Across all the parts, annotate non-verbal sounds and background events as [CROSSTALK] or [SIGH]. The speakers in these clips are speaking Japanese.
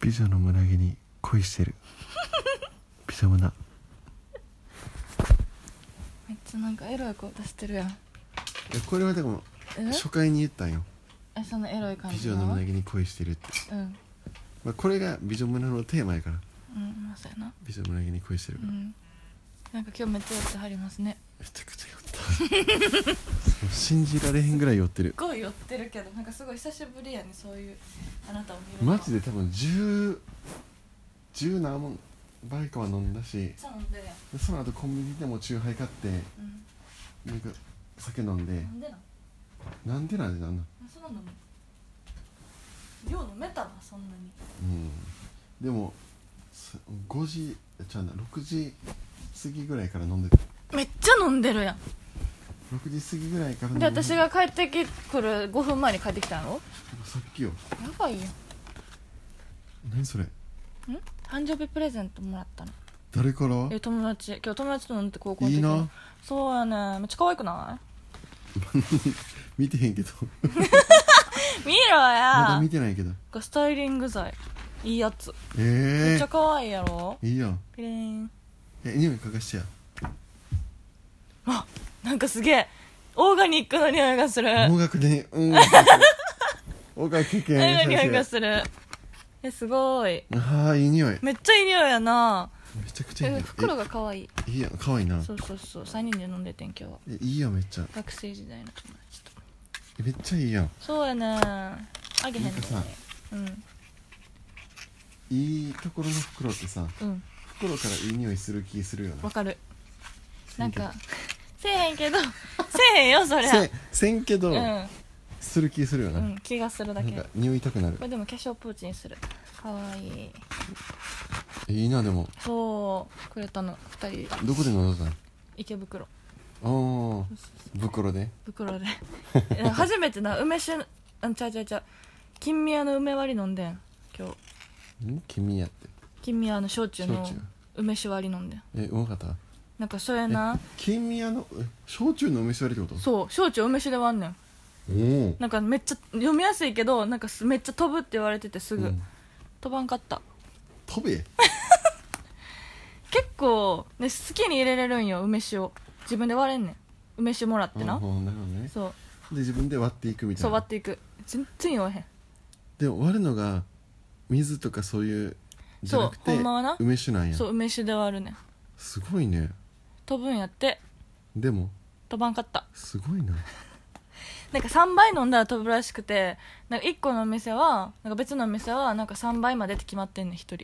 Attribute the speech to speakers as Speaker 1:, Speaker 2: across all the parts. Speaker 1: 美女の胸毛に恋して [LAUGHS] る美女胸
Speaker 2: めっちゃなんかエロい子出してるやん
Speaker 1: いやこれはでも
Speaker 2: え
Speaker 1: 初回に言ったんよ
Speaker 2: えそのエロい感
Speaker 1: 美
Speaker 2: じ
Speaker 1: 女の胸毛に恋してるって、
Speaker 2: うんうん
Speaker 1: まあ、これが美女胸のテーマやから
Speaker 2: まあそうやな
Speaker 1: 美女胸毛に恋してるか
Speaker 2: う
Speaker 1: ら、
Speaker 2: んなんか今日めっちゃ寄ってはりますね
Speaker 1: めちゃくちゃ酔ったもう信じられへんぐらい酔ってる
Speaker 2: すごい寄ってるけどなんかすごい久しぶりやねそういうあなたを見るの
Speaker 1: マジで多分10十何もんバイクは飲んだし
Speaker 2: めっちゃ飲んでるやん、
Speaker 1: でその後コンビニでもチューハイ買って
Speaker 2: う
Speaker 1: な
Speaker 2: ん、
Speaker 1: んか酒飲んで
Speaker 2: なんでなん
Speaker 1: なんでなんでなんなん
Speaker 2: そんなのよう飲めたなそんなに
Speaker 1: うんでもす5時ちゃうな6時過ぎぐらいから飲んでた
Speaker 2: めっちゃ飲んでるやん
Speaker 1: 6時過ぎぐらいから飲ん
Speaker 2: で
Speaker 1: で
Speaker 2: 私が帰ってきくる5分前に帰ってきたの
Speaker 1: さっきよ
Speaker 2: やばいよ
Speaker 1: 何それ
Speaker 2: ん誕生日プレゼントもらったの
Speaker 1: 誰から
Speaker 2: え友達今日友達と飲んでて高校の
Speaker 1: い
Speaker 2: 時
Speaker 1: い
Speaker 2: に
Speaker 1: な
Speaker 2: そうやねめっちゃ可愛くな
Speaker 1: 見てへんけど
Speaker 2: い見ろ
Speaker 1: まだ
Speaker 2: や
Speaker 1: 見てないけど
Speaker 2: これスタイリング剤いいやつめっ
Speaker 1: え
Speaker 2: ちゃ可愛いやろ
Speaker 1: えいいやん
Speaker 2: ピリーン
Speaker 1: え匂い嗅がしてや
Speaker 2: あなんかすげえオーガニックの匂いがする
Speaker 1: 音楽で
Speaker 2: [LAUGHS]
Speaker 1: うん音楽経験
Speaker 2: 何の匂いがするえすごい
Speaker 1: ああいい匂い
Speaker 2: めっちゃいい匂いやな
Speaker 1: めちゃくちゃいい
Speaker 2: え
Speaker 1: 匂い
Speaker 2: 袋が可愛い
Speaker 1: えいいやんかわいいな
Speaker 2: そうそうそう3人で飲んでてん今日は
Speaker 1: えいいやんめっちゃ
Speaker 2: 学生時代の友達と
Speaker 1: えめっちゃいいやん
Speaker 2: そうやねあげへんね
Speaker 1: なんかさ
Speaker 2: うん
Speaker 1: いいところの袋ってさ
Speaker 2: うん
Speaker 1: 袋からいい匂いする気するよな
Speaker 2: わかるなんかせえへんけどせえへんよそりゃ
Speaker 1: せせんけど、
Speaker 2: う
Speaker 1: する気するよな,、
Speaker 2: ん、うん、気がする
Speaker 1: な
Speaker 2: だけ
Speaker 1: ん
Speaker 2: こ
Speaker 1: か匂いたくなる
Speaker 2: れでも化粧ポーチにするかわいい
Speaker 1: えいいなでも
Speaker 2: そうくれたの2人
Speaker 1: どこで飲んだの
Speaker 2: 池袋
Speaker 1: ああ袋で [LAUGHS]
Speaker 2: 袋でえ初めてな梅酒あちゃうちゃうちゃう金宮の梅割り飲んでん今日
Speaker 1: ん君やって
Speaker 2: 金宮の焼酎の
Speaker 1: 焼酎
Speaker 2: 梅酒割り飲んでん
Speaker 1: えうまかった
Speaker 2: なんかそれな
Speaker 1: 君やのえ焼酎のお店割りってこと
Speaker 2: そう焼酎梅酒で割んねん
Speaker 1: おお
Speaker 2: なんかめっちゃ読みやすいけどなんかすめっちゃ飛ぶって言われててすぐ、
Speaker 1: うん
Speaker 2: 飛ばんかった
Speaker 1: 飛べ
Speaker 2: 結構、ね、好きに入れれるんよ梅酒を自分で割れんねん梅酒もらってな、
Speaker 1: あーなるほどね
Speaker 2: そう
Speaker 1: で自分で割っていくみたいな
Speaker 2: そう割っていく全然酔わへん
Speaker 1: でも割るのが水とかそういうじゃなくて
Speaker 2: そうほんまはな
Speaker 1: 梅酒なんや
Speaker 2: そう梅酒で割るねん
Speaker 1: すごいね
Speaker 2: 飛ぶんやって
Speaker 1: でも
Speaker 2: 飛ばんかった
Speaker 1: すごいな
Speaker 2: なんか3倍飲んだら飛ぶらしくてなんか1個のお店はなんか別のお店はなんか3倍までって決まってんねん1人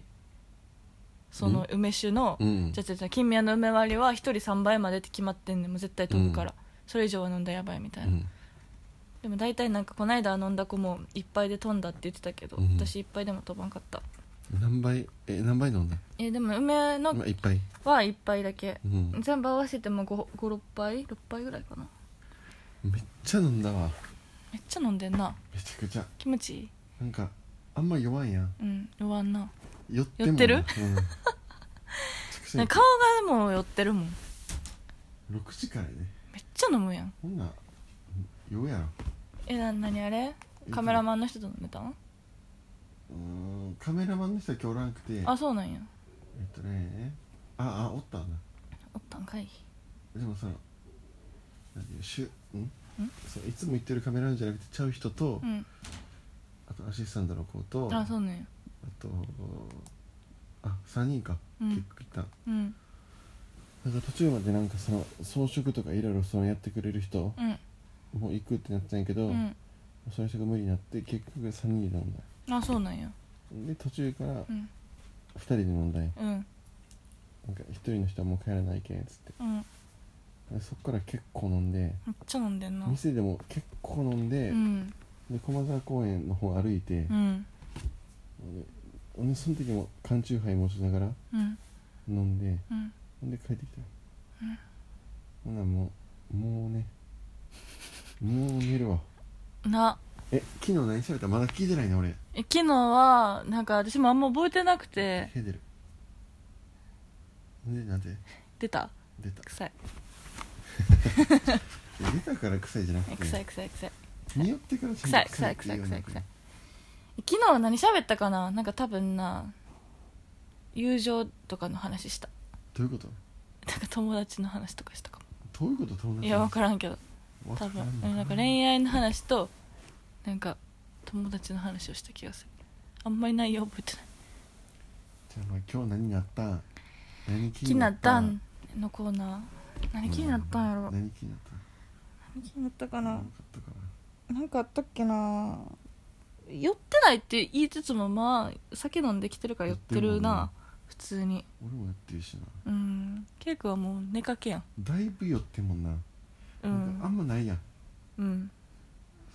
Speaker 2: その梅酒の、
Speaker 1: うん
Speaker 2: じゃじゃじゃ金宮の梅割りは1人3倍までって決まってんねんもう絶対飛ぶから、それ以上は飲んだらやばいみたいな、
Speaker 1: うん
Speaker 2: でも大体なんかこないだ飲んだ子もいっぱいで飛んだって言ってたけど、
Speaker 1: うん
Speaker 2: 私いっぱいでも飛ばんかった
Speaker 1: 何杯え何杯飲んだ
Speaker 2: えでも梅の
Speaker 1: 今いっぱい
Speaker 2: は1杯だけ、
Speaker 1: うん
Speaker 2: 全部合わせても56杯6杯ぐらいかな
Speaker 1: めっちゃ飲んだわ
Speaker 2: めっちゃ飲んでんな
Speaker 1: めちゃくちゃ
Speaker 2: 気持ちいい
Speaker 1: なんかあんま弱いやん
Speaker 2: うん弱んな
Speaker 1: 酔ってもな
Speaker 2: 酔ってる
Speaker 1: うんめち
Speaker 2: [LAUGHS]
Speaker 1: ゃくちゃ
Speaker 2: なんか顔がもう酔ってるもん
Speaker 1: 6時からやね
Speaker 2: めっちゃ飲むやん
Speaker 1: ほんなら酔うやろ
Speaker 2: えな何あれカメラマンの人と飲めたん
Speaker 1: うーんカメラマンの人は今日おらんくてえっ
Speaker 2: あそうなんや
Speaker 1: とねああおったな
Speaker 2: おったんかい
Speaker 1: でもその何ていうしゅんそういつも行ってるカメラマンじゃなくてちゃう人と、
Speaker 2: うん
Speaker 1: あとアシスタントの子と
Speaker 2: あそうなんや
Speaker 1: あとあ三3人か、
Speaker 2: うん
Speaker 1: 結局いた
Speaker 2: うん
Speaker 1: なんか途中までなんかその装飾とかいろいろそのやってくれる人
Speaker 2: うん
Speaker 1: もう行くってなったんやけど、
Speaker 2: うん
Speaker 1: その人が無理になって結局3人で飲んだ
Speaker 2: あそうなんや
Speaker 1: で途中から2
Speaker 2: うん
Speaker 1: 人で飲んだんよ
Speaker 2: うん
Speaker 1: なんか1人の人はもう帰らないけんっつって
Speaker 2: うん
Speaker 1: でそっから結構飲んで
Speaker 2: めっちゃ飲んでんな
Speaker 1: 店でも結構飲ん
Speaker 2: う
Speaker 1: で、
Speaker 2: ん
Speaker 1: で駒沢公園の方歩いて
Speaker 2: う、ん
Speaker 1: ででその時も缶チューハイ持ちながら
Speaker 2: うん
Speaker 1: 飲んで
Speaker 2: うん
Speaker 1: ほんで帰ってきたよほんならもうもうねもう寝るわ
Speaker 2: な
Speaker 1: え昨日何喋ったまだ聞いてないね俺
Speaker 2: え昨日はなんか私もあんま覚えてなくて
Speaker 1: 聞いてるでなんで
Speaker 2: 出た
Speaker 1: 出た
Speaker 2: 臭い
Speaker 1: え出たから臭いじゃなく
Speaker 2: え
Speaker 1: て
Speaker 2: 臭い臭い臭い
Speaker 1: 匂ってからち
Speaker 2: 臭い
Speaker 1: ゃんと
Speaker 2: 臭い
Speaker 1: って
Speaker 2: 臭い
Speaker 1: 言わ
Speaker 2: 臭
Speaker 1: ないくて
Speaker 2: 臭い昨日何喋ったかななんか多分な友情とかの話した
Speaker 1: どういうこと
Speaker 2: なんか友達の話とかしたかも
Speaker 1: どういうこと友達
Speaker 2: いや分からんけど
Speaker 1: わ
Speaker 2: 多
Speaker 1: かん
Speaker 2: 分
Speaker 1: ない
Speaker 2: うんなんか恋愛の話となんか友達の話をした気がするあんまり内容覚えてない
Speaker 1: じゃあまあ今日何があった何
Speaker 2: 「
Speaker 1: 気
Speaker 2: 気になったん」のコーナー何気になったんやろ
Speaker 1: 何気になった
Speaker 2: 何気になったか
Speaker 1: 何
Speaker 2: な
Speaker 1: かあったか
Speaker 2: なんかあったっけな酔ってないって言いつつもまあ酒飲んできてるから酔って
Speaker 1: 酔っ
Speaker 2: る
Speaker 1: てるもん
Speaker 2: な
Speaker 1: な
Speaker 2: 普通に
Speaker 1: 俺もやってるしな
Speaker 2: うんケイ君はもう寝かけやん
Speaker 1: だいぶ酔ってんもんな,、
Speaker 2: う
Speaker 1: なんかあ
Speaker 2: ん
Speaker 1: んまないやん
Speaker 2: うん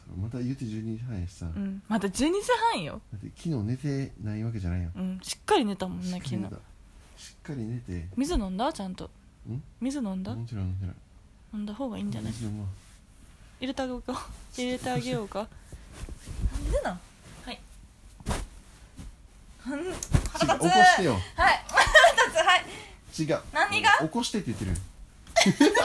Speaker 1: そうまた言うて12時半やしさ、
Speaker 2: う
Speaker 1: だ
Speaker 2: んまだ12時半よ
Speaker 1: って昨日寝てないわけじゃないやん
Speaker 2: うんしっかり寝たもん
Speaker 1: し
Speaker 2: な
Speaker 1: っ
Speaker 2: 昨
Speaker 1: か
Speaker 2: 日
Speaker 1: り寝たしっかり寝てん
Speaker 2: 水飲んだちゃんと
Speaker 1: も
Speaker 2: 水飲んだ
Speaker 1: ちろん飲んでない
Speaker 2: 飲んだ方がいいんじゃない
Speaker 1: 水飲もう
Speaker 2: 入れてあげよう
Speaker 1: [LAUGHS]
Speaker 2: か入れてあげようかなんでなんはい
Speaker 1: 違う
Speaker 2: 腹
Speaker 1: 起
Speaker 2: 立
Speaker 1: こ
Speaker 2: つ
Speaker 1: してよ
Speaker 2: はい [LAUGHS] 二つはい
Speaker 1: 違う
Speaker 2: 何が
Speaker 1: 起こしてって言ってる
Speaker 2: 起きろ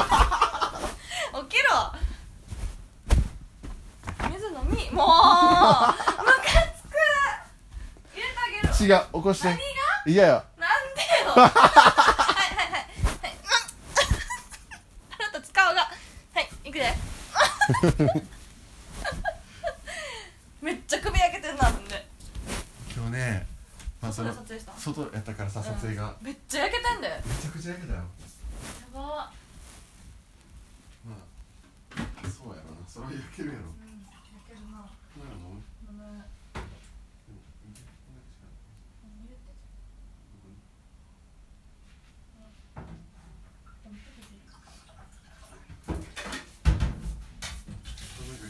Speaker 2: 水飲み
Speaker 1: [LAUGHS]
Speaker 2: もうムカつく入れてあげる
Speaker 1: 違う起こして
Speaker 2: 何が
Speaker 1: いやいや
Speaker 2: なんで
Speaker 1: [LAUGHS]
Speaker 2: よはいはいはいはいうん腹立つ顔がはい
Speaker 1: [LAUGHS]
Speaker 2: いくでめっちゃ首焼けてんなほんで
Speaker 1: 今日ね、まあ、そ
Speaker 2: 外
Speaker 1: の
Speaker 2: で撮影した
Speaker 1: 外やったからさ
Speaker 2: うん
Speaker 1: 撮影が、
Speaker 2: めっちゃ焼けてんだよや
Speaker 1: めちゃくちゃやけだよ
Speaker 2: ば
Speaker 1: まあそうやろなそれは焼けるやろ
Speaker 2: うん焼けるな
Speaker 1: なるの
Speaker 2: ごめん
Speaker 1: なんか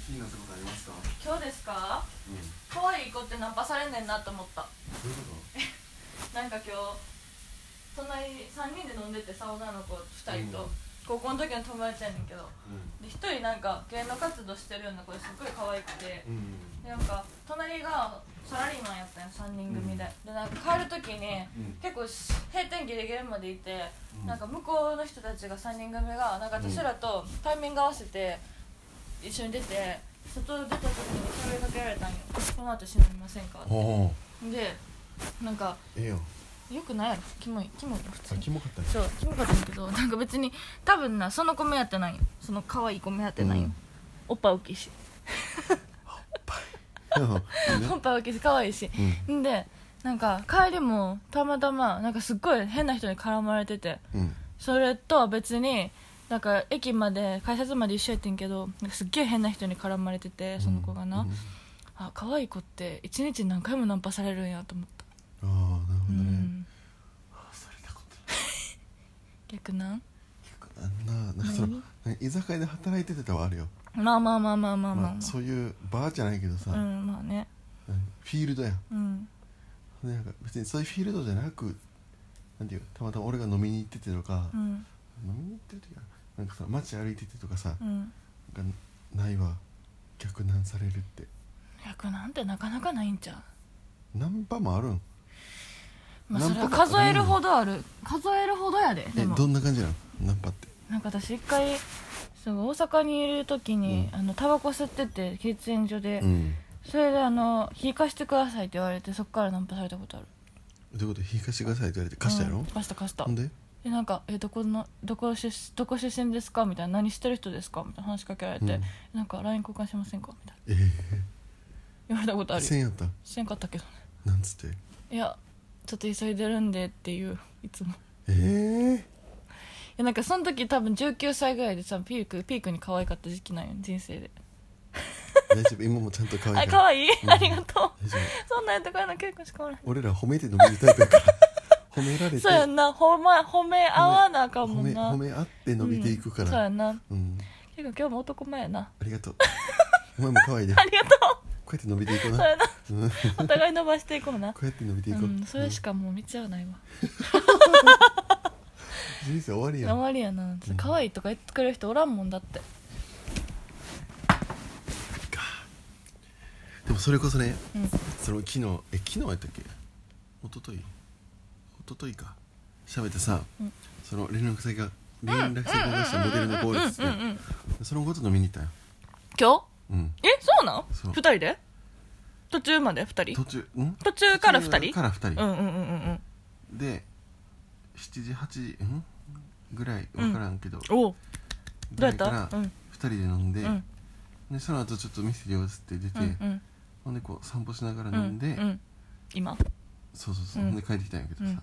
Speaker 1: 気になったことありますか
Speaker 2: 今日ですか
Speaker 1: うん
Speaker 2: 可愛い子ってナンパされんねんなと思った
Speaker 1: どういうこ
Speaker 2: なんか今日隣3人で飲んでてさ女の子2人と、
Speaker 1: うん
Speaker 2: 高校の時の友達やねんけど
Speaker 1: とう
Speaker 2: で1人なんか芸能活動してるような子ですっごい可愛くて
Speaker 1: んうん
Speaker 2: でなんか隣がサラリーマンやったんよ3人組で、でなんか帰る
Speaker 1: う
Speaker 2: 時に
Speaker 1: ん
Speaker 2: 結構し閉店ギリギリまでいて、
Speaker 1: うん
Speaker 2: なんか向こうの人たちが3人組がなんか私らとタイミング合わせて一緒に出て外出た時に喋りかけられたんよ「この後死にませんか?」
Speaker 1: ほ
Speaker 2: でなんか
Speaker 1: うええよ
Speaker 2: よくないやろキモいキモいよ普通
Speaker 1: あ
Speaker 2: に
Speaker 1: キモかったね
Speaker 2: そうキモかったんやけどなんか別に多分なその子目当てないよその可愛い子目当てないよ、
Speaker 1: うん
Speaker 2: おっぱい大きいし、おっぱい大きいし可愛いし
Speaker 1: うん
Speaker 2: んでなんか帰りもたまたまなんかすっごい変な人に絡まれてて
Speaker 1: うん
Speaker 2: それとは別になんか駅まで改札まで一緒やってんけどなんかすっげえ変な人に絡まれててその子がな、
Speaker 1: うん
Speaker 2: あ可愛い子って一日に何回もナンパされるんやと思った、
Speaker 1: ああなるほ
Speaker 2: う
Speaker 1: どね
Speaker 2: ん、
Speaker 1: あそれなことない
Speaker 2: 逆なん
Speaker 1: 結構なんななんかそのなんか居酒屋で働いてたはあるよ
Speaker 2: まあまあまあまあまあまあ、まあ
Speaker 1: まあそういうバーじゃないけどさ
Speaker 2: う
Speaker 1: なん
Speaker 2: んまあね
Speaker 1: フィールドやん
Speaker 2: うん
Speaker 1: でなんか別にそういうフィールドじゃなくなんていうたまたま俺が飲みに行っててとか
Speaker 2: う、ん
Speaker 1: 飲みに行ってる時はなんかさ街歩いててとかさ、
Speaker 2: うん
Speaker 1: なんかないわ逆難されるって
Speaker 2: 逆なんてなかなかないんちゃ
Speaker 1: ナンパもあるん
Speaker 2: う、まあ、
Speaker 1: ナン
Speaker 2: そ
Speaker 1: パ
Speaker 2: れは数えるほどある数えるほどやで
Speaker 1: え
Speaker 2: でも
Speaker 1: どんな感じなのナンパって
Speaker 2: なんか私一回そう大阪にいる時に、
Speaker 1: う
Speaker 2: あのタバコ吸ってて喫煙所で、
Speaker 1: うん
Speaker 2: それであの「火貸してください」って言われてそっからナンパされたことある
Speaker 1: どういうこと火貸してくださいって言われて貸したやろ、
Speaker 2: うん貸した貸した
Speaker 1: ほんで
Speaker 2: でなんか「えどこのどこ出どこ出身ですか?」みたいな「何してる人ですか?」みたいな話しかけられて「
Speaker 1: うん
Speaker 2: なんか LINE 交換しませんか?」みたいな
Speaker 1: ええ
Speaker 2: 言われたことあ
Speaker 1: ー、
Speaker 2: る
Speaker 1: せんやった
Speaker 2: せんかったけどね
Speaker 1: なんつって
Speaker 2: いやちょっと急いでるんでっていういつも
Speaker 1: ええ
Speaker 2: いやなんかその時多分19歳ぐらいでさピークピークに可愛かった時期なんよ人生で
Speaker 1: 大丈夫今もちゃんと可愛
Speaker 2: あ
Speaker 1: い
Speaker 2: 可
Speaker 1: から
Speaker 2: 愛い
Speaker 1: うん
Speaker 2: ありがとう
Speaker 1: 大丈夫
Speaker 2: そんなんやったからの結構しかおらん
Speaker 1: 俺ら褒めて飲みにタイプやから褒
Speaker 2: [LAUGHS]
Speaker 1: められて
Speaker 2: そうやんな褒め褒め合わなあかんも
Speaker 1: 褒
Speaker 2: ん
Speaker 1: め
Speaker 2: な
Speaker 1: 褒め合って伸びていくか
Speaker 2: うんそう
Speaker 1: ら、
Speaker 2: やんな
Speaker 1: うん
Speaker 2: 結構今日も男前やな
Speaker 1: ありがとうお前も可愛いでこ
Speaker 2: ありがと
Speaker 1: うやって伸びていこう
Speaker 2: うそう
Speaker 1: な
Speaker 2: やな
Speaker 1: うんこ
Speaker 2: お互い伸ばしていこうな
Speaker 1: うやって伸びてい
Speaker 2: う
Speaker 1: こう、
Speaker 2: んそれしかもう道はないわ
Speaker 1: 人生終わりや
Speaker 2: あ
Speaker 1: ん
Speaker 2: まりやな可愛いとか言ってくれる人おらんもんだって
Speaker 1: でもそれこそね
Speaker 2: うん
Speaker 1: その昨日え昨日やったっけ一昨日一昨日か喋ってさ、
Speaker 2: うん
Speaker 1: その連絡先が連絡先を出したモデルの子ですってそのこと飲みに行ったよ
Speaker 2: 今日
Speaker 1: うん
Speaker 2: えそうなん
Speaker 1: そう
Speaker 2: 二人で途中まで2
Speaker 1: 途
Speaker 2: 人
Speaker 1: 中ん
Speaker 2: 途中から2
Speaker 1: 途中
Speaker 2: 人
Speaker 1: から2
Speaker 2: うん
Speaker 1: 人、
Speaker 2: うんうんうん
Speaker 1: で7時8時んぐらい分からんけど、
Speaker 2: うんおう
Speaker 1: ぐら
Speaker 2: どうや
Speaker 1: い
Speaker 2: っ
Speaker 1: か
Speaker 2: た
Speaker 1: ら
Speaker 2: う
Speaker 1: 2
Speaker 2: ん
Speaker 1: 人で飲んで,、
Speaker 2: うん
Speaker 1: でその後ちょっと店で様子って出て、
Speaker 2: うんうん
Speaker 1: ほんでこう散歩しながら
Speaker 2: う
Speaker 1: 飲ん
Speaker 2: ん
Speaker 1: で、
Speaker 2: うん今
Speaker 1: そうそうそう、
Speaker 2: うん
Speaker 1: ほんで帰ってきたんやけどさ、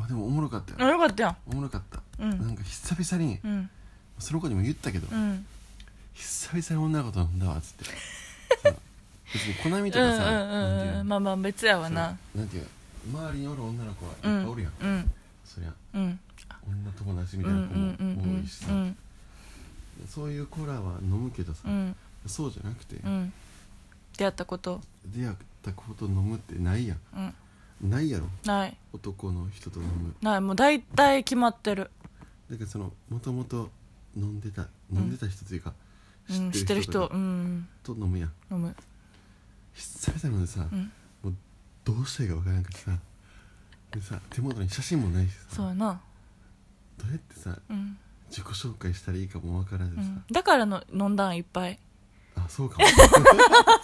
Speaker 1: あでもおもろかったよ
Speaker 2: あよかったやん
Speaker 1: おもろかった、
Speaker 2: うん
Speaker 1: なんか久々に、
Speaker 2: うん
Speaker 1: その子にも言ったけど、
Speaker 2: うん
Speaker 1: 久々に女の子と飲んだわっ
Speaker 2: [LAUGHS]
Speaker 1: つってその別にコナミと
Speaker 2: う
Speaker 1: か
Speaker 2: ん
Speaker 1: さ、
Speaker 2: うんうん
Speaker 1: な
Speaker 2: うん
Speaker 1: ていうの
Speaker 2: んまあまあ別やわな
Speaker 1: そうなんていうの周りにおる女の子はいっ
Speaker 2: う
Speaker 1: ぱい
Speaker 2: ん
Speaker 1: おるやん、
Speaker 2: うん
Speaker 1: そりゃ
Speaker 2: うん
Speaker 1: 女友達み
Speaker 2: う
Speaker 1: たい
Speaker 2: んう
Speaker 1: な子も
Speaker 2: んうん
Speaker 1: 多いしさ、
Speaker 2: うんうん
Speaker 1: そういう子らは飲むけどさ、
Speaker 2: うん
Speaker 1: そうじゃなくて、
Speaker 2: うん出会ったこと
Speaker 1: 出会った子と飲むってないや
Speaker 2: うん
Speaker 1: んないやろ
Speaker 2: ない
Speaker 1: 男の人と飲む
Speaker 2: ないもう大体決まってる
Speaker 1: だからそのもともと飲んでた飲んでた人というか、
Speaker 2: うん知ってる人うん
Speaker 1: と飲むやん
Speaker 2: 飲む
Speaker 1: 久々飲んでさ、
Speaker 2: うん
Speaker 1: もうどうしたらいいかわからんくてさでさ手元に写真もないしさ
Speaker 2: そう
Speaker 1: ど
Speaker 2: やな
Speaker 1: うやってさ
Speaker 2: うん
Speaker 1: 自己紹介したらいいかもわからず
Speaker 2: う
Speaker 1: さ、
Speaker 2: んだからの飲んだんいっぱい
Speaker 1: あそうかも [LAUGHS] だか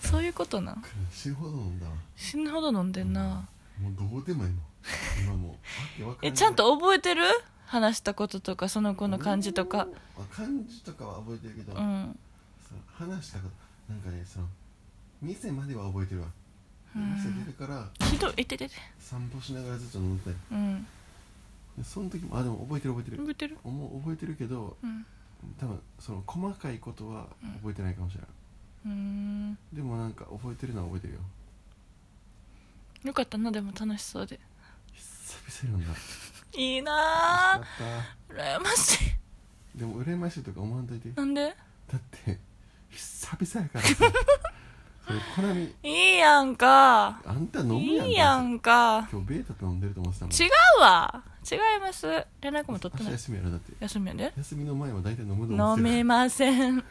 Speaker 2: そういうことな
Speaker 1: ら死ぬほど飲んだわ
Speaker 2: 死ぬほど飲んでんな
Speaker 1: もうどうでもいいの今もうわけわから
Speaker 2: え
Speaker 1: ん
Speaker 2: ちゃんと覚えてる話したこととかその子の感じとか
Speaker 1: あ漢字とかは覚えてるけど、
Speaker 2: うん
Speaker 1: その話したことなんかねその店までは覚えてるわ
Speaker 2: うん
Speaker 1: 店出るから
Speaker 2: ひどいいててて
Speaker 1: 散歩しながらずっと飲んでたよ
Speaker 2: うん
Speaker 1: でその時もあでも覚えてる覚えてる
Speaker 2: 覚えてる
Speaker 1: もう覚えてるけど
Speaker 2: うん
Speaker 1: 多分その細かいことは覚えてないかもしれない、
Speaker 2: うん
Speaker 1: でもなんか覚えてるのは覚えてるよ
Speaker 2: よかったなでも楽しそうで
Speaker 1: 久々に飲んだ
Speaker 2: いい
Speaker 1: あ
Speaker 2: な
Speaker 1: っ
Speaker 2: あ
Speaker 1: た
Speaker 2: 羨ましい
Speaker 1: でも羨ましいとか思わんといてだ
Speaker 2: なんで
Speaker 1: って久々やから
Speaker 2: [LAUGHS]
Speaker 1: さそれコナミ
Speaker 2: いいやんか
Speaker 1: あんた飲むやんか
Speaker 2: いいやんか
Speaker 1: 今日ベータと飲んでると思ってたもん
Speaker 2: 違うわ違います連絡も取って
Speaker 1: 明
Speaker 2: な
Speaker 1: 日
Speaker 2: い
Speaker 1: 休みやろだって
Speaker 2: 休みやで
Speaker 1: 休みの前は大体飲むと思
Speaker 2: 飲
Speaker 1: って
Speaker 2: み
Speaker 1: る
Speaker 2: ま
Speaker 1: [LAUGHS]
Speaker 2: せんベ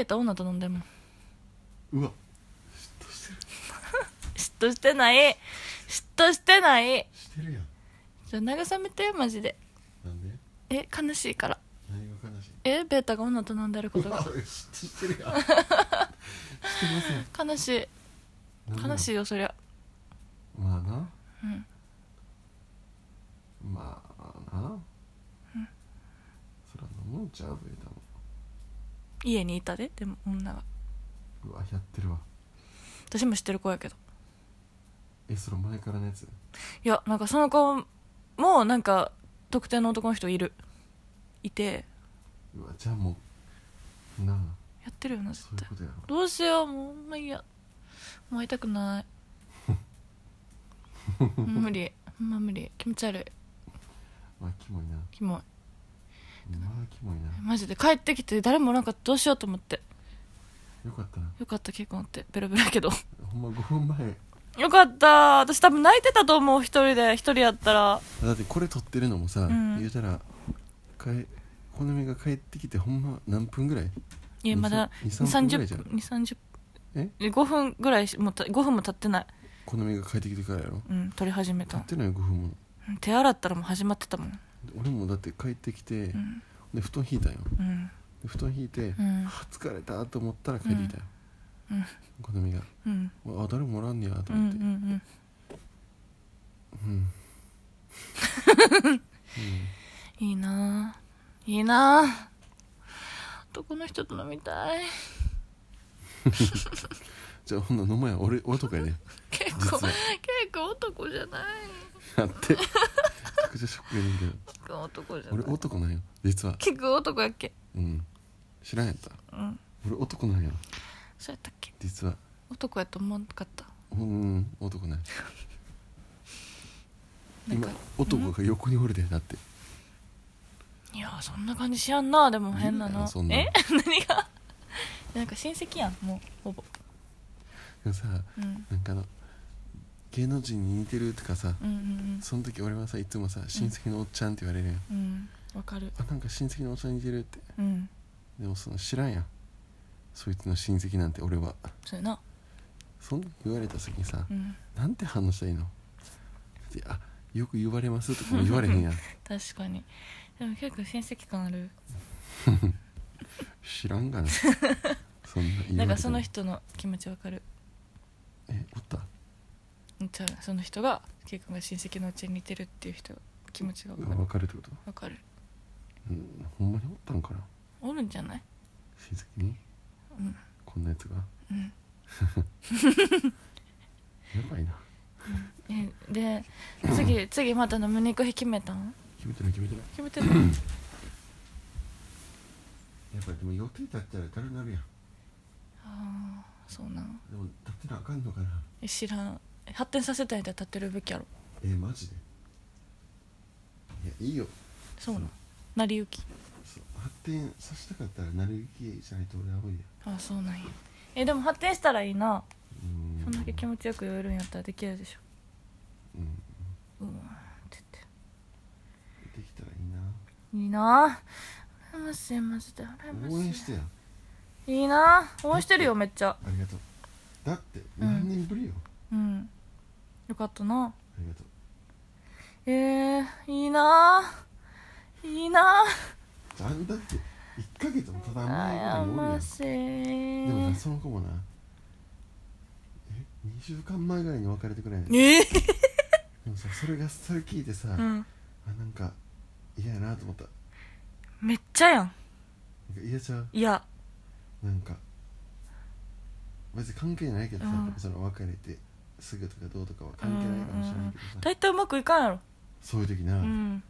Speaker 2: ータ女と飲んでんもん
Speaker 1: うわ嫉妬してる
Speaker 2: 嫉妬してない嫉妬してない
Speaker 1: してるやん
Speaker 2: じゃあ慰めてマジで
Speaker 1: なんで
Speaker 2: え悲しいから
Speaker 1: 何が悲しい
Speaker 2: えベータが女と飲んでるこ
Speaker 1: う
Speaker 2: と
Speaker 1: わ
Speaker 2: が
Speaker 1: 嫉妬してるやんして
Speaker 2: 悲し
Speaker 1: ませ
Speaker 2: い
Speaker 1: ん
Speaker 2: 悲しいよそりゃ
Speaker 1: まあな
Speaker 2: うん
Speaker 1: まあな、そら飲むんちゃうベータも
Speaker 2: 家にいたででも女が
Speaker 1: うわやってるわ
Speaker 2: 私も知ってる子やけど
Speaker 1: えそれ前からのやつ
Speaker 2: いやなんかその子もなんか特定の男の人いるいて
Speaker 1: うわじゃあもうなあ
Speaker 2: やってるよな絶
Speaker 1: そういう
Speaker 2: 対
Speaker 1: ことやろ
Speaker 2: どうしようもうまあいいやもう会いたくない
Speaker 1: [LAUGHS]
Speaker 2: 無理ほんま無理気持ち悪い
Speaker 1: まあキモいな
Speaker 2: キモい
Speaker 1: まあキモいな
Speaker 2: マジで帰ってきて誰もなんかったどうしようと思って
Speaker 1: よかったな
Speaker 2: よかった結婚ってベロベロやけど [LAUGHS]
Speaker 1: ほんま5分前
Speaker 2: よかった私多分泣いてたと思う一人で一人やったら
Speaker 1: だってこれ撮ってるのもさ、
Speaker 2: ん
Speaker 1: 言うたらかえこの目が帰ってきてほんま何分ぐらい
Speaker 2: いやまだ
Speaker 1: 2 3分ぐらいじゃ
Speaker 2: 2030
Speaker 1: ん
Speaker 2: 分230
Speaker 1: え
Speaker 2: 5分ぐらいしもた5分も経ってない
Speaker 1: この目が帰ってきてからやろ
Speaker 2: うん撮り始め
Speaker 1: 経
Speaker 2: た
Speaker 1: ってない5分も
Speaker 2: うん手洗ったらもう始まってたもん
Speaker 1: 俺もだって帰ってきて、
Speaker 2: うん
Speaker 1: で布団引いたんよ
Speaker 2: うん
Speaker 1: で布団引いて、
Speaker 2: うん
Speaker 1: あ疲れたと思ったら帰ってきたよ、
Speaker 2: うん
Speaker 1: この目が
Speaker 2: うん
Speaker 1: あ誰もおらんねやと
Speaker 2: う
Speaker 1: 思
Speaker 2: んうん
Speaker 1: って
Speaker 2: うん
Speaker 1: うん、うん
Speaker 2: いいなぁいいなぁ男の人と飲みたい
Speaker 1: じゃあほんなら [LAUGHS] 飲まや俺俺とかやね
Speaker 2: 結
Speaker 1: 実
Speaker 2: 構
Speaker 1: は
Speaker 2: 結構男じゃない
Speaker 1: だってめちゃくちゃショックやねんけど
Speaker 2: 結構男じゃな
Speaker 1: 俺
Speaker 2: い
Speaker 1: 男なんよ実は
Speaker 2: 結構男やっけ
Speaker 1: うん知らんやった
Speaker 2: うん
Speaker 1: 俺男なんよ
Speaker 2: そうやったっけ
Speaker 1: 実は
Speaker 2: 男やと思わなかった
Speaker 1: うん男なんよ
Speaker 2: なん
Speaker 1: 今
Speaker 2: か
Speaker 1: 男が横におるでだって
Speaker 2: いやそんな感じしやんなでも変な
Speaker 1: 言うな
Speaker 2: の
Speaker 1: よそんなの
Speaker 2: え [LAUGHS] 何がなんか親戚やんもうほぼ
Speaker 1: でもさ
Speaker 2: うん
Speaker 1: なんかあの芸能人に似てるとかさ
Speaker 2: うんうん
Speaker 1: その時俺はさいつもさ親戚のおっちゃんって言われるやん、
Speaker 2: うんうんわかる
Speaker 1: あなんか親戚のおっちゃんに似てるって
Speaker 2: うん
Speaker 1: でもその知らんやんそいつの親戚なんて俺は
Speaker 2: そうやな
Speaker 1: そんな言われた時にさ、
Speaker 2: うん
Speaker 1: なんて反応したらいいのだってあよく言われますとかも言われへん
Speaker 2: [LAUGHS]
Speaker 1: やん
Speaker 2: 確かにでも結構親戚感ある [LAUGHS]
Speaker 1: 知らんがなそんな言い訳
Speaker 2: なんかその
Speaker 1: だ
Speaker 2: 人の気持ちわかる
Speaker 1: えおった
Speaker 2: じゃあその人が圭君が親戚のうちに似てるっていう人気持ちがわか
Speaker 1: あ
Speaker 2: る
Speaker 1: 分かるってこと
Speaker 2: わかる
Speaker 1: うんほんまにおったんかな
Speaker 2: おるんじゃない
Speaker 1: 親戚に
Speaker 2: うん
Speaker 1: こん [LAUGHS] なやつが
Speaker 2: うん
Speaker 1: やばいな
Speaker 2: えで次次またの胸コヒ決めたん
Speaker 1: 決めてない決めてない
Speaker 2: 決めてない
Speaker 1: やっぱりでも予定立ったらだるなるやん
Speaker 2: ああそうなん
Speaker 1: でも立ってなあかんのかな
Speaker 2: え知らん発展させたいんやったら立ってるべきやろ
Speaker 1: えー、マジでいやいいよ
Speaker 2: そうなん成り行き
Speaker 1: そう発展させたかったらなるべきじゃないと俺は無理や
Speaker 2: ああそうなんやえでも発展したらいいな
Speaker 1: うん
Speaker 2: そんだけ気持ちよく酔えるんやったらできるでしょ
Speaker 1: うん
Speaker 2: うんって言っ
Speaker 1: できたらいいな
Speaker 2: ていいなあ羨ましいマジで羨ましい
Speaker 1: 応援してや
Speaker 2: いいなあ応援してるよめっちゃ
Speaker 1: ありがとうだって
Speaker 2: うん
Speaker 1: 何年ぶりよ、
Speaker 2: うんよかったな
Speaker 1: ありがとう
Speaker 2: えー、いいなあいいな
Speaker 1: じゃあんだって1ヶ月もただ
Speaker 2: あ
Speaker 1: 甘い
Speaker 2: 羨
Speaker 1: ことにおるや
Speaker 2: ま
Speaker 1: ん
Speaker 2: しい
Speaker 1: でもなその子もなえ2週間前ぐらいに別れてくれんで
Speaker 2: え
Speaker 1: もさそれがそれ聞いてさ、
Speaker 2: ー、うん
Speaker 1: あなんか嫌やなと思った
Speaker 2: めっちゃや
Speaker 1: な
Speaker 2: ん
Speaker 1: んか嫌ちゃう
Speaker 2: いや
Speaker 1: なんか別に関係ないけどさ、
Speaker 2: うん
Speaker 1: その別れてすぐとかどうとかは関係ないかもしれないけどさ、
Speaker 2: 大体うまくいかんやろ
Speaker 1: そういう時な、
Speaker 2: うん